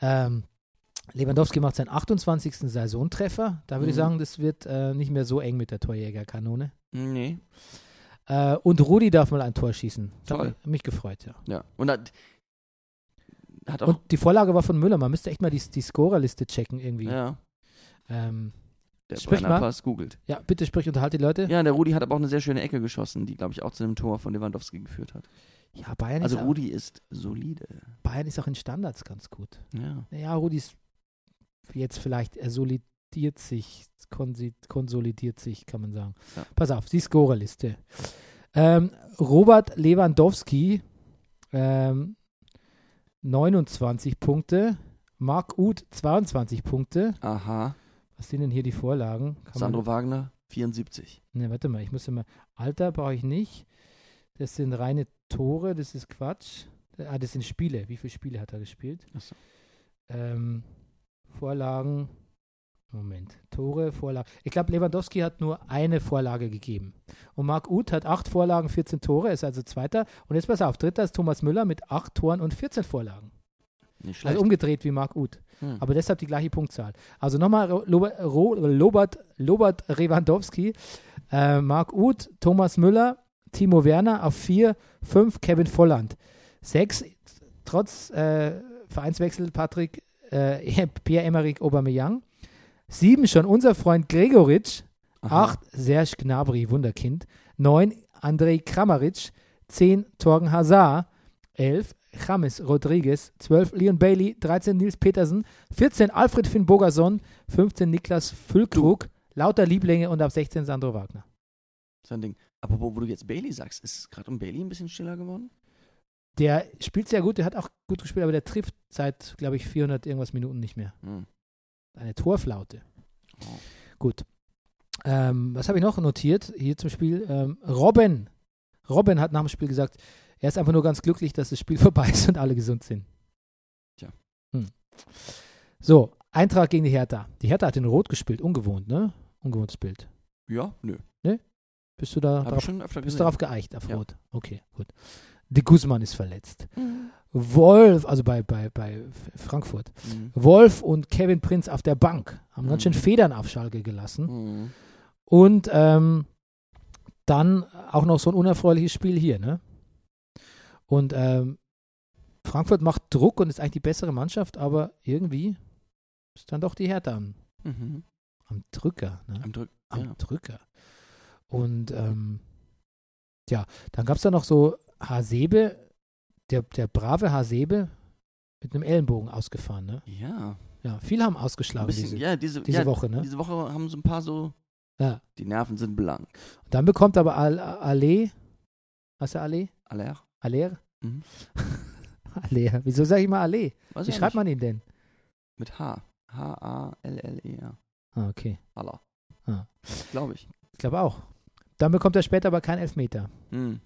Ähm, Lewandowski macht seinen 28. Saisontreffer. Da würde ich Mhm. sagen, das wird äh, nicht mehr so eng mit der Torjägerkanone. Nee. Äh, und Rudi darf mal ein Tor schießen. Das Toll. Hat mich- mich gefreut, ja. Ja. Und hat, hat auch. Und die Vorlage war von Müller. Man müsste echt mal die, die Scorerliste checken irgendwie. ja. Ähm, der Sprich mal. Brennerpass googelt. Ja, bitte sprich, unterhalte die Leute. Ja, der Rudi hat aber auch eine sehr schöne Ecke geschossen, die, glaube ich, auch zu einem Tor von Lewandowski geführt hat. Ja, Bayern, Also ist Rudi ist solide. auch, Bayern ist auch in Standards ganz gut. Ja. Ja, Rudi ist jetzt vielleicht, er solidiert sich, konsi- konsolidiert sich, kann man sagen. Ja. Pass auf, die Scorerliste. Ähm, Robert Lewandowski, ähm, 29 Punkte. Marc Uth, 22 Punkte. Aha. Was sind denn hier die Vorlagen? Kann man- Sandro Wagner, 74. Ne, warte mal, ich muss immer. Alter brauche ich nicht. Das sind reine Tore, das ist Quatsch. Äh, Ah, das sind Spiele. Wie viele Spiele hat er gespielt? Ach so. Ähm, Vorlagen. Moment. Tore, Vorlagen. Ich glaube, Lewandowski hat nur eine Vorlage gegeben. Und Marc Uth hat acht Vorlagen, 14 Tore, ist also Zweiter. Und jetzt pass auf, Dritter ist Thomas Müller mit acht Toren und 14 Vorlagen. Nicht schlecht. Also um umgedreht wie Marc Uth. Hm. Aber deshalb die gleiche Punktzahl. Also nochmal Ro- Lobe- Ro- Lobert, Lobert Rewandowski, äh, Marc Uth, Thomas Müller, Timo Werner auf 4, 5 Kevin Volland. 6, trotz äh, Vereinswechsel Patrick, äh, Pierre-Emerick Aubameyang. 7 schon unser Freund Gregoritsch. Aha. 8 Serge Gnabry, Wunderkind. 9 Andrei Kramaric. 10 Torgen Hazard. 11 James Rodriguez. 12 Leon Bailey. 13 Nils Petersen. 14 Alfred Finn Bogerson. 15 Niklas Füllkrug. Lauter Lieblinge und ab 16 Sandro Wagner. Sein Ding. Apropos, wo du jetzt Bailey sagst, ist es gerade um Bailey ein bisschen stiller geworden? Der spielt sehr gut, der hat auch gut gespielt, aber der trifft seit, glaube ich, 400 irgendwas Minuten nicht mehr. Hm. Eine Torflaute. Oh. Gut. Ähm, was habe ich noch notiert hier zum Spiel? Ähm, Robin. Robin hat nach dem Spiel gesagt, er ist einfach nur ganz glücklich, dass das Spiel vorbei ist und alle gesund sind. Tja. Hm. So, Eintrag gegen die Hertha. Die Hertha hat in Rot gespielt, ungewohnt, ne? Ungewohntes Bild. Ja, nö. Bist du da Hab drauf, ich schon öfter bist du gesehen. darauf geeicht, auf Ja. Rot? Okay, gut. De Guzman ist verletzt. Wolf, also bei, bei, bei F- Frankfurt. Mhm. Wolf und Kevin Prinz auf der Bank haben ganz Mhm. schön Federn auf Schalke gelassen. Mhm. Und ähm, dann auch noch so ein unerfreuliches Spiel hier, ne? Und ähm, Frankfurt macht Druck und ist eigentlich die bessere Mannschaft, aber irgendwie ist dann doch die Hertha am, Mhm. am Drücker, ne? Am Drück. Am Ja. Drücker. Und ähm, ja, dann gab es da noch so Hasebe, der, der brave Hasebe mit einem Ellenbogen ausgefahren, ne? Ja. Ja, viele haben ausgeschlagen Ein bisschen, diese, ja, diese, diese ja, Woche, ne? Diese Woche haben so ein paar so. Ja. Die Nerven sind blank. Dann bekommt aber Al- Ale, heißt er Ale? Aller. Aller? Mhm. Aller. Wieso sage ich mal Ale? Weiß Wie ich schreibt nicht. man ihn denn? Mit H. H-A-L-L-E-R. Ah, okay. E Aller. Ah. Glaube ich. Ich glaube auch. Dann bekommt er später aber keinen Elfmeter. Mhm.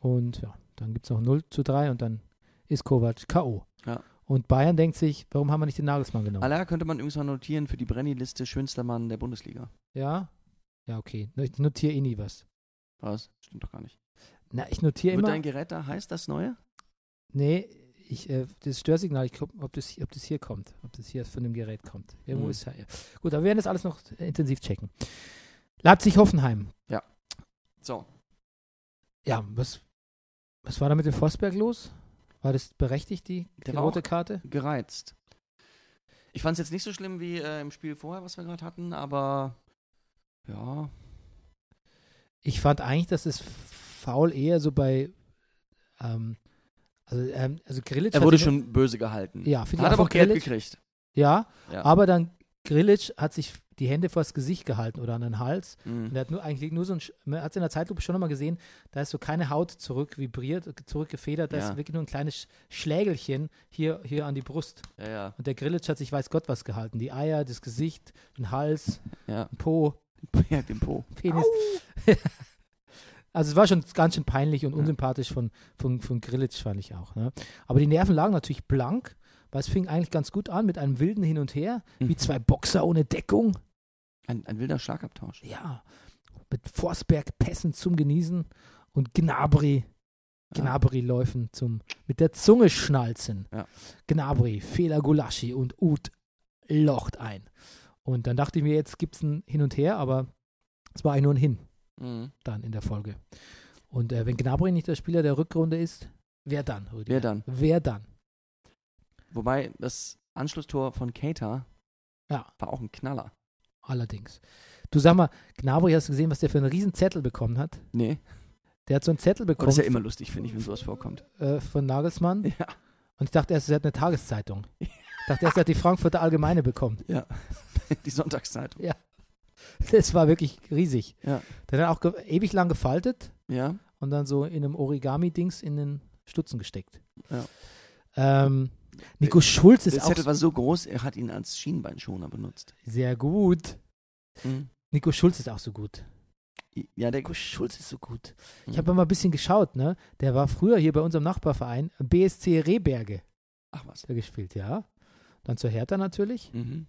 Und ja, dann gibt es noch 0 zu 3 und dann ist Kovac K.O. Ja. Und Bayern denkt sich, warum haben wir nicht den Nagelsmann genommen? Aller könnte man übrigens mal notieren für die Brenny-Liste schönster Mann der Bundesliga. Ja? Ja, okay. Ich notiere eh nie was. Was? Stimmt doch gar nicht. Na, ich notiere Wird immer. dein Gerät da heiß, das neue? Nee, ich, äh, das Störsignal, ich gucke, ob das, ob das hier kommt, ob das hier von dem Gerät kommt. Irgendwo Mhm. ist ja. Gut, aber wir werden das alles noch äh, intensiv checken. Leipzig-Hoffenheim. So. Ja, was, was war da mit dem Forsberg los? War das berechtigt, die, die Der war rote Karte? Gereizt. Ich fand es jetzt nicht so schlimm wie äh, im Spiel vorher, was wir gerade hatten, aber ja, Ich fand eigentlich, dass das Foul eher so bei. Ähm, also, ähm, also Grillitsch. er hat wurde sich- schon böse gehalten. Ja, finde ich Hat aber einfach auch Geld Grillitsch- gekriegt. Ja, Ja. aber dann Grillitsch hat sich die Hände vors Gesicht gehalten oder an den Hals. Und Mhm. er hat nur eigentlich nur so ein. Sch- Man hat es in der Zeitlupe schon nochmal gesehen, da ist so keine Haut zurück vibriert, zurückgefedert. Da Ja. ist wirklich nur ein kleines Schlägelchen hier, hier an die Brust. Ja, ja, Und der Grillitsch hat sich weiß Gott was gehalten. Die Eier, das Gesicht, den Hals, ja. den Po. Ja, den Po. Penis. also es war schon ganz schön peinlich und unsympathisch von, von, von Grillitsch, fand ich auch. Ne? Aber die Nerven lagen natürlich blank, weil es fing eigentlich ganz gut an mit einem wilden Hin und Her, Mhm. wie zwei Boxer ohne Deckung. Ein, ein wilder Schlagabtausch. Ja, mit Forsberg Pässen zum Genießen und Gnabry, Gnabry läufen zum, mit der Zunge schnalzen. Ja. Gnabry, Fehler Gulaschi und Uth locht ein. Und dann dachte ich mir, jetzt gibt es ein Hin und Her, aber es war eigentlich nur ein Hin Mhm. dann in der Folge. Und äh, wenn Gnabry nicht der Spieler der Rückrunde ist, wer dann? Rüdiger? Wer dann? Wer dann? Wobei das Anschlusstor von Keita Ja. war auch ein Knaller. Allerdings. Du sag mal, Gnabry, hast du gesehen, was der für einen riesen Zettel bekommen hat? Nee. Der hat so einen Zettel Aber bekommen Oh, das ist ja immer lustig, finde ich, wenn sowas vorkommt. äh, von Nagelsmann Ja. und ich dachte erst, er hat eine Tageszeitung. Ich dachte erst, er hat die Frankfurter Allgemeine bekommen. Die Sonntagszeitung. Das war wirklich riesig. Ja. Der hat dann auch ge- ewig lang gefaltet Ja. und dann so in einem Origami-Dings in den Stutzen gesteckt. Ja. Ähm, Nico Schulz Der ist auch Zettel war so groß, er hat ihn als Schienbeinschoner benutzt. sehr gut. Mhm. Nico Schulz ist auch so gut. Ja, der Nico Schulz ist so gut. Ich Mhm. habe mal ein bisschen geschaut, ne? Der war früher hier bei unserem Nachbarverein BSC Rehberge Ach was. hat er gespielt, ja. Dann zur Hertha natürlich. Mhm.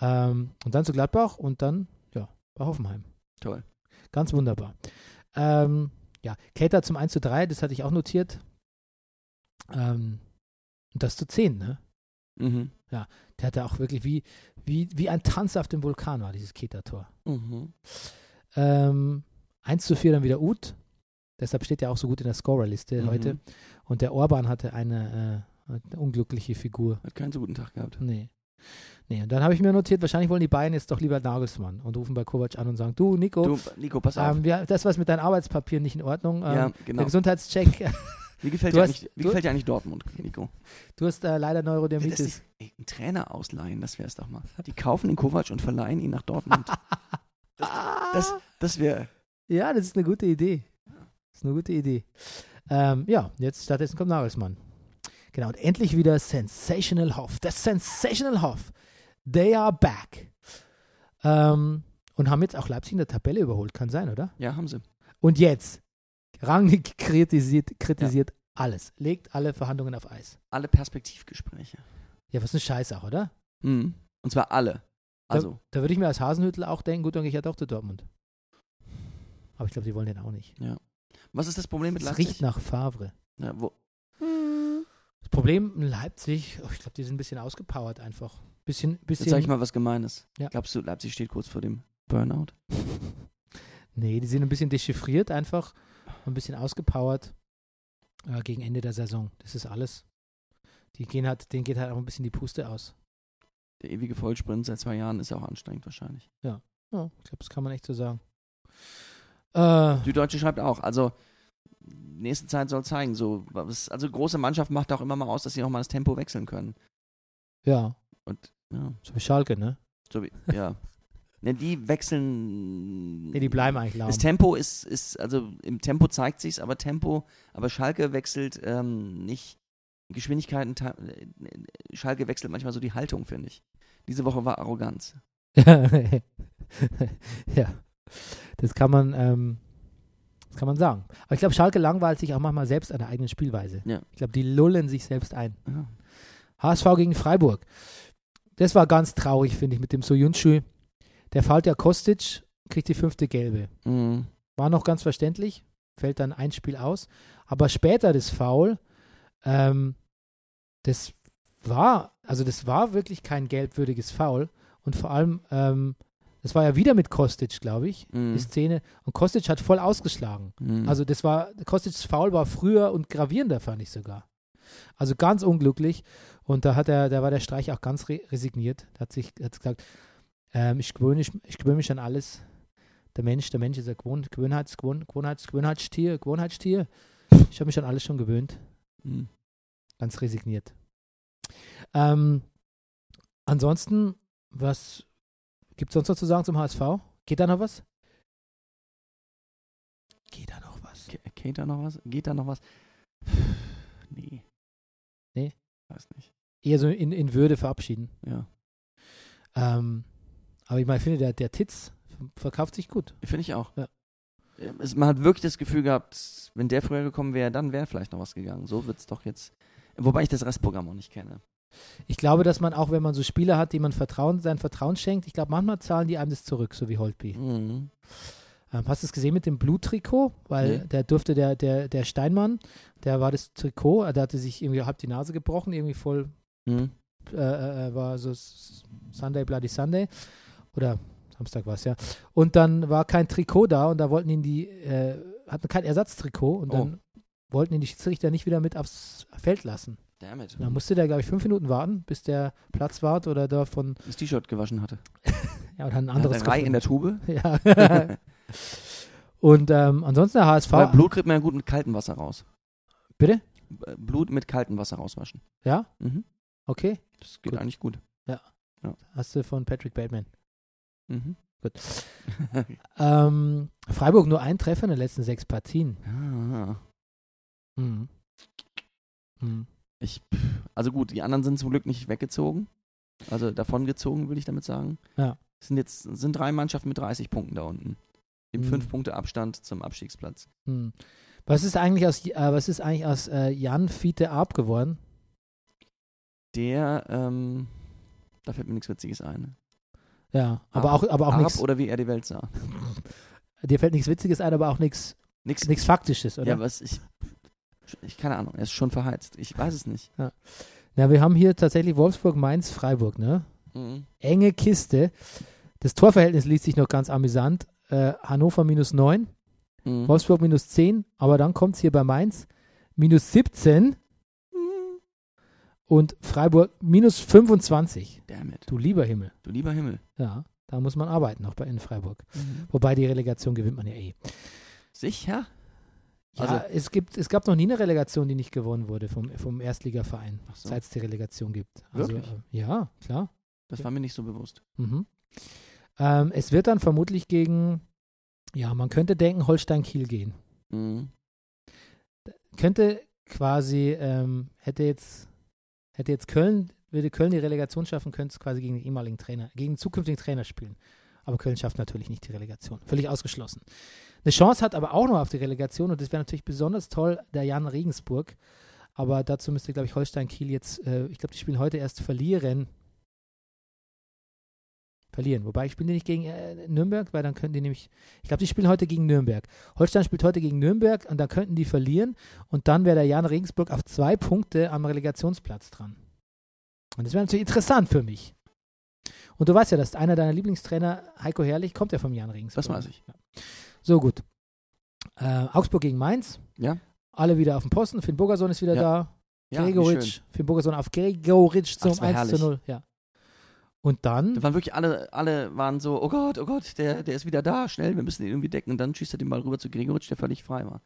Ähm, und dann zu Gladbach und dann, ja, bei Hoffenheim. Toll. Ganz wunderbar. Ähm, ja, Kater zum 1 zu 3, das hatte ich auch notiert. Ähm, und das zu 10, ne? Mhm. Der hatte auch wirklich wie, wie, wie ein Tanz auf dem Vulkan war, dieses Keter-Tor. Mhm. Ähm, 1 zu 4 dann wieder Uth. Deshalb steht er auch so gut in der Scorerliste Mhm. heute. Und der Orban hatte eine, äh, eine unglückliche Figur. Hat keinen so guten Tag gehabt. Nee. Nee, und dann habe ich mir notiert, wahrscheinlich wollen die beiden jetzt doch lieber Nagelsmann und rufen bei Kovac an und sagen, du Nico, Du, Nico, pass auf. ähm, wir, das was mit deinen Arbeitspapieren nicht in Ordnung. Ähm, ja, Der genau. Gesundheitscheck, Wie gefällt, Du dir, hast- eigentlich, wie du- gefällt dir eigentlich Dortmund, Nico? du hast äh, leider Wird das Neurodermitis. nicht- Ey, einen Trainer ausleihen, das wäre es doch mal. Die kaufen den Kovac und verleihen ihn nach Dortmund. Das, das wäre. Ah, Ja, das ist eine gute Idee. Das ist eine gute Idee. Ähm, ja, jetzt stattdessen kommt Nagelsmann. Genau, und endlich wieder Sensational Hoff. Das Sensational Hoff. They are back. Ähm, und haben jetzt auch Leipzig in der Tabelle überholt, kann sein, oder? Ja, haben sie. Und jetzt, Rangnick kritisiert, kritisiert alles, legt alle Verhandlungen auf Eis. Alle Perspektivgespräche. Ja, was ein Scheiß auch, oder? Mhm. Und zwar alle. Also, Da würde ich mir als Hasenhüttel auch denken, gut, dann gehe ich ja doch zu Dortmund. Aber ich glaube, die wollen den auch nicht. was ist das Problem mit Es Leipzig? riecht nach Favre. Ja, wo, Das Problem in Leipzig, oh, ich glaube, die sind ein bisschen ausgepowert einfach. Bisschen, jetzt sage ich bisschen, mal was Gemeines. Ja. Glaubst du, Leipzig steht kurz vor dem Burnout? nee, die sind ein bisschen dechiffriert einfach, ein bisschen ausgepowert äh, gegen Ende der Saison. Das ist alles. Die gehen halt, denen geht halt auch ein bisschen die Puste aus. Der ewige Vollsprint seit zwei Jahren ist ja auch anstrengend wahrscheinlich. Ja, ich glaube, das kann man echt so sagen. Äh, Die Deutsche schreibt auch. Also, nächste Zeit soll zeigen. So, was, also, große Mannschaft macht auch immer mal aus, dass sie auch mal das Tempo wechseln können. ja, Und, ja. so wie Schalke, ne? So wie, ja. Ne, die wechseln. Nee, Ne, die bleiben eigentlich lahm. Das Tempo ist, ist, also im Tempo zeigt sich's, aber Tempo, aber Schalke wechselt ähm, nicht Geschwindigkeiten, ta- äh, Schalke wechselt manchmal so die Haltung, finde ich. Diese Woche war Arroganz. ja, das kann man, ähm, das kann man sagen. Aber ich glaube, Schalke langweilt sich auch manchmal selbst an der eigenen Spielweise. Ja. Ich glaube, die lullen sich selbst ein. Ja. HSV gegen Freiburg. Das war ganz traurig, finde ich, mit dem Soyuncu. Der fällt ja Kostic, kriegt die fünfte gelbe. Mhm. War noch ganz verständlich, fällt dann ein Spiel aus. Aber später das Foul, ähm, das war, also das war wirklich kein gelbwürdiges Foul. Und vor allem, ähm, das war ja wieder mit Kostic, glaube ich, Mhm. die Szene. Und Kostic hat voll ausgeschlagen. Mhm. Also das war, Kostic's Foul war früher und gravierender, fand ich sogar. Also ganz unglücklich. Und da hat er, da war der Streich auch ganz re resigniert. Da hat sich hat gesagt, ähm, ich gewöhne mich, ich gewöhne mich an alles. Der Mensch, der Mensch ist ein Gewohn, Gewohnheits, Gewohn, Gewohnheits, Gewohnheitstier, Gewohnheitstier. Ich habe mich an alles schon gewöhnt. Mhm. Ganz resigniert. Ähm, ansonsten, was gibt es sonst noch zu sagen zum HSV? Geht da noch was? Geht da noch was? Ge- Geht da noch was? Geht da noch was? Nee. Nee? Weiß nicht. eher so in, in Würde verabschieden. Ja. Ähm, aber ich meine, ich finde, der, der Titz verkauft sich gut. Finde ich auch. Ja. Ähm, Es, man hat wirklich das Gefühl gehabt, wenn der früher gekommen wäre, dann wäre vielleicht noch was gegangen. So wird es doch jetzt. Wobei ich das Restprogramm auch nicht kenne. Ich glaube, dass man auch, wenn man so Spieler hat, die man Vertrauen, sein Vertrauen schenkt, ich glaube, manchmal zahlen die einem das zurück, so wie Holtby. Mhm. Ähm, hast du es gesehen mit dem Bluttrikot? Weil Nee. der durfte der, der, der Steinmann, der war das Trikot, äh, der hatte sich irgendwie halb die Nase gebrochen, irgendwie voll, Mhm. äh, äh, war so S- Sunday, Bloody Sunday. Oder Samstag war es ja. Und dann war kein Trikot da und da wollten ihn die, äh, hatten kein Ersatztrikot und Oh. dann wollten ihn die Schiedsrichter nicht wieder mit aufs Feld lassen. Damn it. Und dann musste der, glaube ich, fünf Minuten warten, bis der Platzwart oder da von Das T-Shirt gewaschen hatte. Ja, oder ein Hat anderes ein Ei in der Tube. gefunden. Ja. Und ähm, ansonsten der HSV. Weil Blut kriegt man ja gut mit kaltem Wasser raus. Bitte? B- Blut mit kaltem Wasser rauswaschen. Ja? Mhm. Okay. Das geht Gut. eigentlich gut. Hast du von Patrick Bateman. Mhm. Gut. Ähm, Freiburg nur ein Treffer in den letzten sechs Partien. Ah. Mhm. Mhm. Ich, pff, also gut, die anderen sind zum Glück nicht weggezogen. Also davongezogen, will ich damit sagen. Ja. Es Sind jetzt sind drei Mannschaften mit 30 Punkten da unten. Im Mhm. fünf Punkte Abstand zum Abstiegsplatz. Hm. Was ist eigentlich aus, äh, was ist eigentlich aus äh, Jan Fiete Arp geworden? Der, ähm, da fällt mir nichts Witziges ein. Ja, aber Arp- auch, aber auch Arp nichts. oder wie er die Welt sah. Dir fällt nichts Witziges ein, aber auch nichts Nix. nichts Faktisches, oder? Ja, was ich, ich keine Ahnung. Er ist schon verheizt. Ich weiß es nicht. Na, wir haben hier tatsächlich Wolfsburg, Mainz, Freiburg, ne? Mhm. Enge Kiste. Das Torverhältnis liest sich noch ganz amüsant. Äh, Hannover minus 9, Mhm. Wolfsburg minus 10, aber dann kommt es hier bei Mainz minus 17 Mhm. und Freiburg minus 25. Damn it. Du lieber Himmel. Du lieber Himmel. Ja, da muss man arbeiten noch bei in Freiburg. Mhm. Wobei die Relegation gewinnt man ja eh. Sicher? Ja, Also- es, gibt, es gab noch nie eine Relegation, die nicht gewonnen wurde vom, vom Erstligaverein, Ach so. seit es die Relegation gibt. Also, Wirklich? äh, ja, klar. Das war mir nicht so bewusst. Mhm. Ähm, es wird dann vermutlich gegen, ja, man könnte denken, Holstein-Kiel gehen. Mhm. Könnte quasi, ähm, hätte jetzt, hätte jetzt Köln, würde Köln die Relegation schaffen, könnte es quasi gegen den ehemaligen Trainer, gegen den zukünftigen Trainer spielen. Aber Köln schafft natürlich nicht die Relegation. Völlig ausgeschlossen. Eine Chance hat aber auch noch auf die Relegation und das wäre natürlich besonders toll, der Jan Regensburg. Aber dazu müsste, glaube ich, Holstein Kiel jetzt, äh, ich glaube, die spielen heute erst verlieren. Verlieren. Wobei, spielen die nicht gegen äh, Nürnberg, weil dann könnten die nämlich, ich glaube, die spielen heute gegen Nürnberg. Holstein spielt heute gegen Nürnberg und dann könnten die verlieren und dann wäre der Jan Regensburg auf zwei Punkte am Relegationsplatz dran. Und das wäre natürlich interessant für mich. Und du weißt ja, dass einer deiner Lieblingstrainer, Heiko Herrlich, kommt ja vom Jan Regensburg. Das weiß ich. So gut. Äh, Augsburg gegen Mainz. Ja. Alle wieder auf dem Posten. Finn Bogerson ist wieder Ja. da. Ja, wie schön. Gregoritsch. Finn Bogerson auf Gregoritsch Ach, zum das war 1 zu herrlich. 0. Ja. Und dann, Da waren wirklich alle, alle waren so, oh Gott, oh Gott, der, der ist wieder da, schnell, wir müssen ihn irgendwie decken. Und dann schießt er den Ball rüber zu Gregoritsch, der völlig frei war.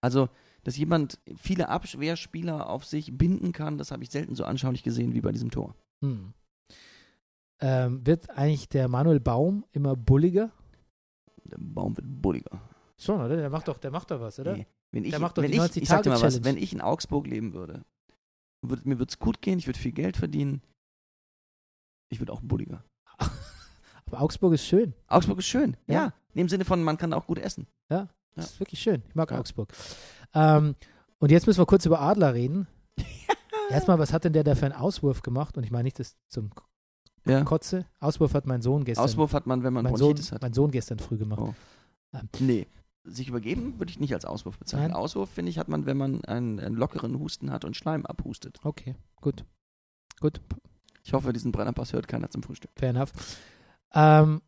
Also, dass jemand viele Abwehrspieler auf sich binden kann, das habe ich selten so anschaulich gesehen wie bei diesem Tor. hm, ähm, wird eigentlich der Manuel Baum immer bulliger? Der Baum wird bulliger. Schon, oder? Der macht doch, der macht doch was, oder? Nee. Wenn ich, Der macht doch wenn die ich, 90 ich sag dir mal was, Tage-Challenge. wenn ich in Augsburg leben würde, würd, mir würde es gut gehen, ich würde viel Geld verdienen. Ich würde auch bulliger. Aber Augsburg ist schön. Augsburg ist schön, Ja. ja. In dem Sinne von, man kann auch gut essen. Ja. Das ist wirklich schön. Ich mag Ja. Augsburg. Ähm, und jetzt müssen wir kurz über Adler reden. Erstmal, was hat denn der da für einen Auswurf gemacht? Und ich meine nicht das zum Ja. Kotze. Auswurf hat mein Sohn gestern. Auswurf hat man, wenn man mein, Sohn, Bronchitis hat. mein Sohn gestern früh gemacht. Oh. Nee. Sich übergeben würde ich nicht als Auswurf bezeichnen. Nein. Auswurf, finde ich, hat man, wenn man einen, einen lockeren Husten hat und Schleim abhustet. Okay, gut. Gut, Ich hoffe, diesen Brennerpass hört keiner zum Frühstück. fair enough. Ähm,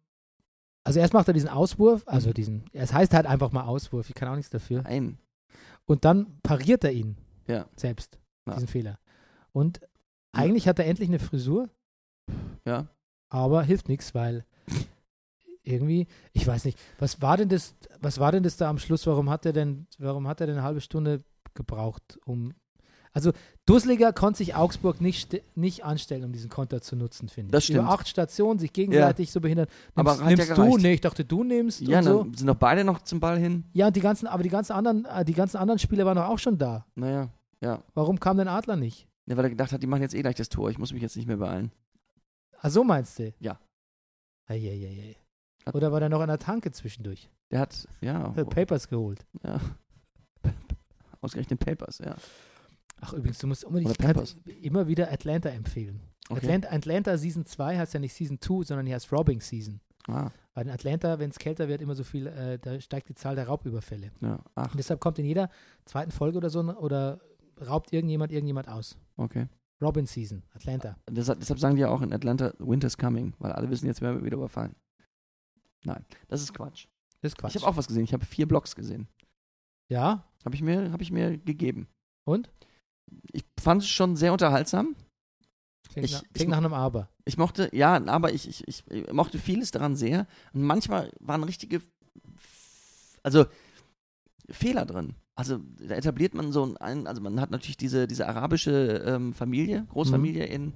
also erst macht er diesen Auswurf, also diesen, es heißt halt einfach mal Auswurf, ich kann auch nichts dafür. Nein. Und dann pariert er ihn Ja. selbst, Ja. diesen Fehler. Und eigentlich hat er endlich eine Frisur, Ja. aber hilft nichts, weil irgendwie, ich weiß nicht, was war denn das, was war denn das da am Schluss? Warum hat er denn, warum hat er denn eine halbe Stunde gebraucht, um also Dusseliger konnte sich Augsburg nicht, ste- nicht anstellen, um diesen Konter zu nutzen, finde ich. Das stimmt. Über acht Stationen sich gegenseitig so behindern. Aber Nimmst, hat ja nimmst du? gereicht. Nee, ich dachte, du nimmst Ja, und dann so. sind doch beide noch zum Ball hin. Ja, und die ganzen, aber die ganzen anderen, äh, die ganzen anderen Spieler waren doch auch schon da. Naja. Ja. Warum kam denn Adler nicht? ja. Weil er gedacht hat, die machen jetzt eh gleich das Tor. Ich muss mich jetzt nicht mehr beeilen. Ah, so meinst du? Ja. Eieiei. Hat- Oder war der noch an der Tanke zwischendurch? Der hat, ja. Hat Papers geholt. ja. Ausgerechnet Papers, ja. Ach, übrigens, du musst unbedingt Oder ich kann Pampers. immer wieder Atlanta empfehlen. Okay. Atlanta, Atlanta Season 2 heißt ja nicht Season 2, sondern die heißt Robbing Season. Ah, Weil in Atlanta, wenn es kälter wird, immer so viel, äh, da steigt die Zahl der Raubüberfälle. ja. Ach, Und deshalb kommt in jeder zweiten Folge oder so, ne- oder raubt irgendjemand irgendjemand aus. okay. Robin Season, Atlanta. Deshalb, deshalb sagen die ja auch in Atlanta, Winter's coming, weil alle wissen, jetzt werden wir wieder überfallen. Nein, das ist Quatsch. Das ist Quatsch. Ich habe auch was gesehen. Ich habe vier Blogs gesehen. ja, Habe ich, mir- hab ich mir gegeben. Und? Ich fand es schon sehr unterhaltsam. Klingt, Ich- nach, ich- klingt nach einem Aber. Ich mochte, ja, aber ich, ich, ich ich mochte vieles daran sehr. Und manchmal waren richtige, also Fehler drin. Also da etabliert man so einen, also man hat natürlich diese, diese arabische ähm, Familie, Großfamilie in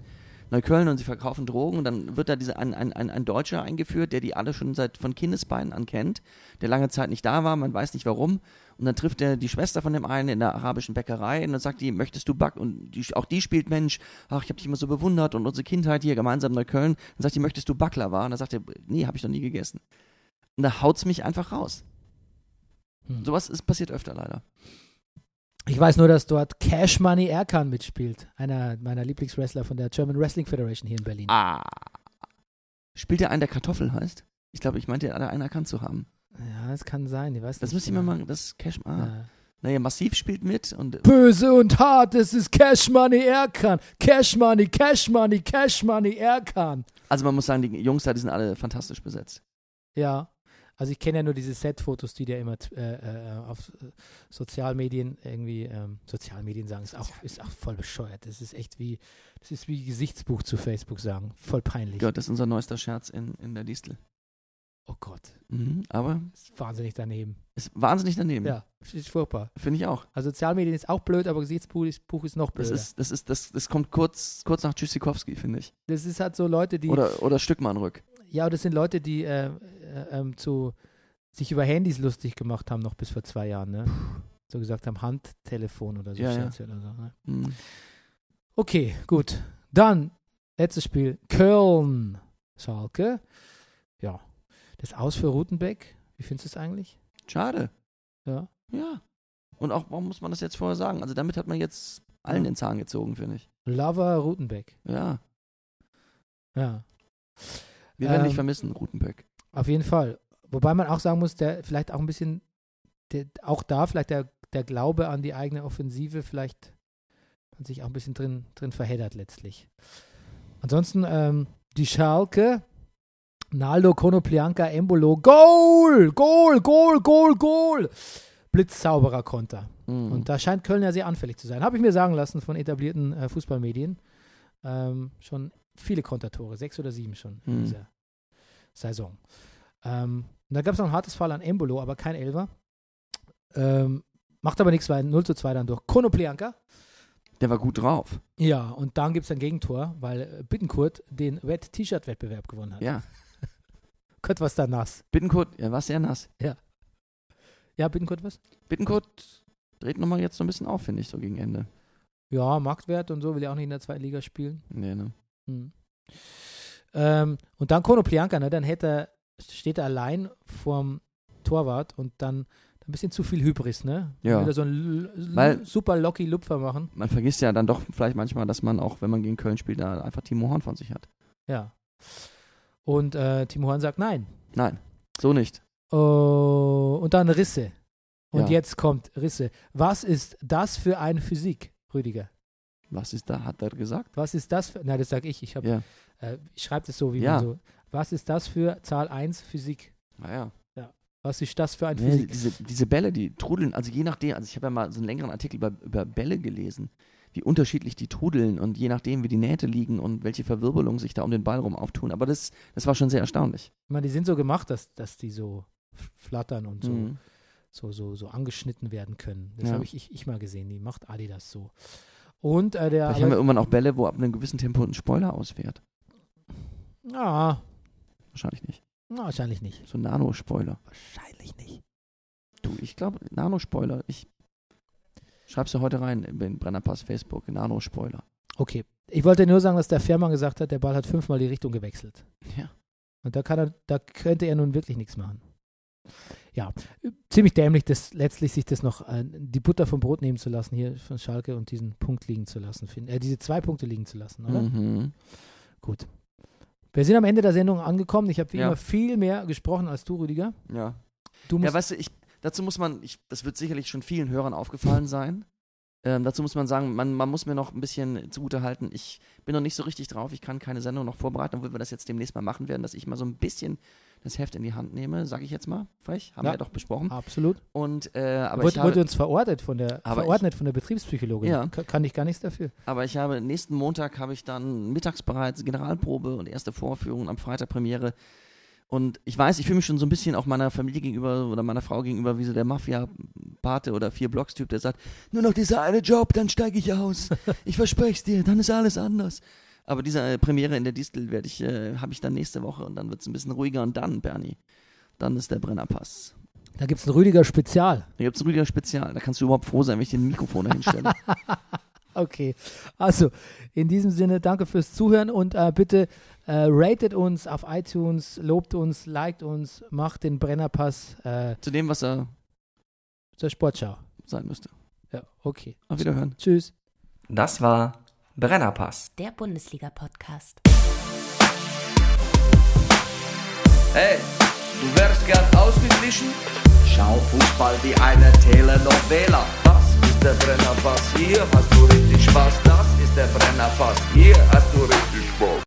Neukölln und sie verkaufen Drogen und dann wird da diese, ein, ein, ein, ein Deutscher eingeführt, der die alle schon seit von Kindesbeinen an kennt, der lange Zeit nicht da war, man weiß nicht warum. Und dann trifft er die Schwester von dem einen in der arabischen Bäckerei und dann sagt die, möchtest du Back? Und die, auch die spielt Mensch, ach, ich habe dich immer so bewundert und unsere Kindheit hier gemeinsam in Neukölln. Dann sagt die, möchtest du Baklava? Und dann sagt er, nee, habe ich noch nie gegessen. Und da haut's mich einfach raus. Hm. Sowas ist passiert öfter leider. Ich weiß nur, dass dort Cash Money Erkan mitspielt. Einer meiner Lieblingswrestler von der German Wrestling Federation hier in Berlin. Ah. Spielt der einen, der Kartoffel heißt? Ich glaube, ich meinte, alle einen erkannt zu haben. Ja, das kann sein. Ich weiß Das nicht müsste ich mir genau. mal, das Cash, ah. Ja. Naja, Massiv spielt mit und Böse und hart, es ist Cash Money Erkan. Cash Money, Cash Money, Cash Money Erkan. Also man muss sagen, die Jungs da, die sind alle fantastisch besetzt. Ja. Also ich kenne ja nur diese Set-Fotos, die der immer t- äh, äh, auf äh, Sozialmedien irgendwie, ähm, Sozialmedien sagen, ist auch, ist auch voll bescheuert. Das ist echt wie, das ist wie Gesichtsbuch zu Facebook sagen. Voll peinlich. Ja, das ist unser neuester Scherz in, in der Distel. Oh Gott, Mhm, aber ist wahnsinnig daneben. ist wahnsinnig daneben. Ja, ist furchtbar. Finde ich auch. Also Sozialmedien ist auch blöd, aber Gesichtsbuch ist, Buch ist noch Das, blöder. Das ist, ist, das, ist, das, das kommt kurz, kurz nach Tschüssikowski, finde ich. halt so Leute, die, Oder, oder Stückmannrück. ja, das sind Leute, die äh, äh, ähm, zu, sich über Handys lustig gemacht haben, noch bis vor zwei Jahren, ne? So gesagt haben, Handtelefon oder so. Ja, ja. Scherze Oder so ne? Mhm. Okay, gut. Dann, letztes Spiel, Köln, Schalke. Ja, das Aus für Rutenbeck, wie findest du es eigentlich? Schade. Ja. Ja. Und auch, warum muss man das jetzt vorher sagen? Also damit hat man jetzt allen den Zahn gezogen, finde ich. Lover Rutenbeck, Ja. ja. Wir werden Ähm, dich vermissen, Rutenbeck. Auf jeden Fall. Wobei man auch sagen muss, der vielleicht auch ein bisschen, der, auch da vielleicht der, der Glaube an die eigene Offensive vielleicht hat sich auch ein bisschen drin, drin verheddert letztlich. Ansonsten ähm, die Schalke, Naldo, Konoplianka, Embolo, Goal, Goal, Goal, Goal, Goal. Blitzsauberer Konter. Mhm. Und da scheint Köln ja sehr anfällig zu sein. Habe ich mir sagen lassen von etablierten äh, Fußballmedien. Ähm, schon viele Kontertore, sechs oder sieben schon in Mhm. dieser Saison. Ähm, und da gab es noch ein hartes Fall an Embolo, aber kein Elfer. Ähm, macht aber nichts, weil 0 zu 2 dann durch Konoplianka. Der war gut drauf. Ja, und dann gibt es ein Gegentor, weil äh, Bittenkurt den Wet-T-Shirt-Wettbewerb gewonnen hat. Ja. Kurt was da nass. Bittenkurt, er war sehr nass. Ja, Bittenkurt was? Bittenkurt dreht nochmal jetzt so ein bisschen auf, finde ich, so gegen Ende. Ja, Marktwert und so, will ja auch nicht in der zweiten Liga spielen. Nee, ne? Hm. Ähm, und dann Konoplianka, ne? dann hätte er, steht er allein vorm Torwart und dann ein bisschen zu viel Hybris, ne? Ja. Wieder so ein L- L- Weil- super locky Lupfer machen. man vergisst ja dann doch vielleicht manchmal, dass man auch, wenn man gegen Köln spielt, da einfach Timo Horn von sich hat. Ja. Und äh, Timo Horn sagt nein. Nein, so nicht. Oh, und dann Risse. Und Ja. jetzt kommt Risse. Was ist das für eine Physik, Rüdiger? Was ist da? Hat er gesagt? Was ist das für. Na, das sag ich. Ich, hab- Ja. äh, ich schreibe das so, wie Ja. man so. Was ist das für Zahl 1 Physik? Naja. Was ist das für ein Nee, Physik? Ne, diese, diese Bälle, die trudeln, also je nachdem, also ich habe ja mal so einen längeren Artikel über, über Bälle gelesen, wie unterschiedlich die trudeln und je nachdem, wie die Nähte liegen und welche Verwirbelungen sich da um den Ball rum auftun. Aber das, das war schon sehr erstaunlich. Ich meine, die sind so gemacht, dass, dass die so f- flattern und so, Mhm. so, so, so angeschnitten werden können. Das Ja. habe ich, ich, ich mal gesehen. Die macht Adidas so. Und äh, der. Vielleicht haben wir aber- irgendwann auch Bälle, wo ab einem gewissen Tempo ein Spoiler ausfährt. ah, Wahrscheinlich nicht. na, wahrscheinlich nicht. So ein Nanospoiler. Wahrscheinlich nicht. Du, ich glaube, Nanospoiler. Ich schreib's dir heute rein in Brennerpass Facebook. Nanospoiler. Okay. Ich wollte nur sagen, dass der Fährmann gesagt hat, der Ball hat fünfmal die Richtung gewechselt. Ja. Und da, kann er, da könnte er nun wirklich nichts machen. Ja, äh, ziemlich dämlich, das, letztlich sich das noch äh, die Butter vom Brot nehmen zu lassen, hier von Schalke und diesen Punkt liegen zu lassen, find, äh, diese zwei Punkte liegen zu lassen, oder? Mhm. Gut. Wir sind am Ende der Sendung angekommen. Ich habe wie Ja. immer viel mehr gesprochen als du, Rüdiger. Ja. Du Ja, musst, weißt du, ich, dazu muss man, ich, das wird sicherlich schon vielen Hörern aufgefallen sein. Ähm, dazu muss man sagen, man, man muss mir noch ein bisschen zugutehalten. Ich bin noch nicht so richtig drauf, ich kann keine Sendung noch vorbereiten, obwohl wir das jetzt demnächst mal machen werden, dass ich mal so ein bisschen das Heft in die Hand nehme, sage ich jetzt mal, frech, haben Ja. wir ja doch besprochen. Absolut. Und, äh, aber, ich wurde, wurde habe, uns verordnet von der, Aber verordnet von der Betriebspsychologin. Ja. Ka- Kann ich gar nichts dafür. aber ich habe, nächsten Montag habe ich dann mittags bereits Generalprobe und erste Vorführung, am Freitag Premiere. Und ich weiß, ich fühle mich schon so ein bisschen auch meiner Familie gegenüber oder meiner Frau gegenüber wie so der Mafia-Pate oder Vier-Blocks-Typ, der sagt, nur noch dieser eine Job, dann steige ich aus. Ich verspreche dir, dann ist alles anders. Aber diese äh, Premiere in der Distel werde ich, äh, habe ich dann nächste Woche und dann wird es ein bisschen ruhiger und dann, Bernie, dann ist der Brennerpass. Da gibt es ein Rüdiger Spezial. Da gibt es ein Rüdiger Spezial. Da kannst du überhaupt froh sein, wenn ich den Mikrofon dahin stelle. Okay. Also, in diesem Sinne, danke fürs Zuhören und äh, bitte äh, ratet uns auf iTunes, lobt uns, liked uns, macht den Brennerpass äh, Zu dem, was er zur Sportschau. sein müsste. Ja, okay. Auf Wiederhören. Tschüss. Das war Brennerpass. Der Bundesliga-Podcast. Hey, du wärst gern ausgeglichen? Schau Fußball wie eine Telenovela. Das ist der Brennerpass, hier hast du richtig Spaß. Das ist der Brennerpass, hier hast du richtig Spaß.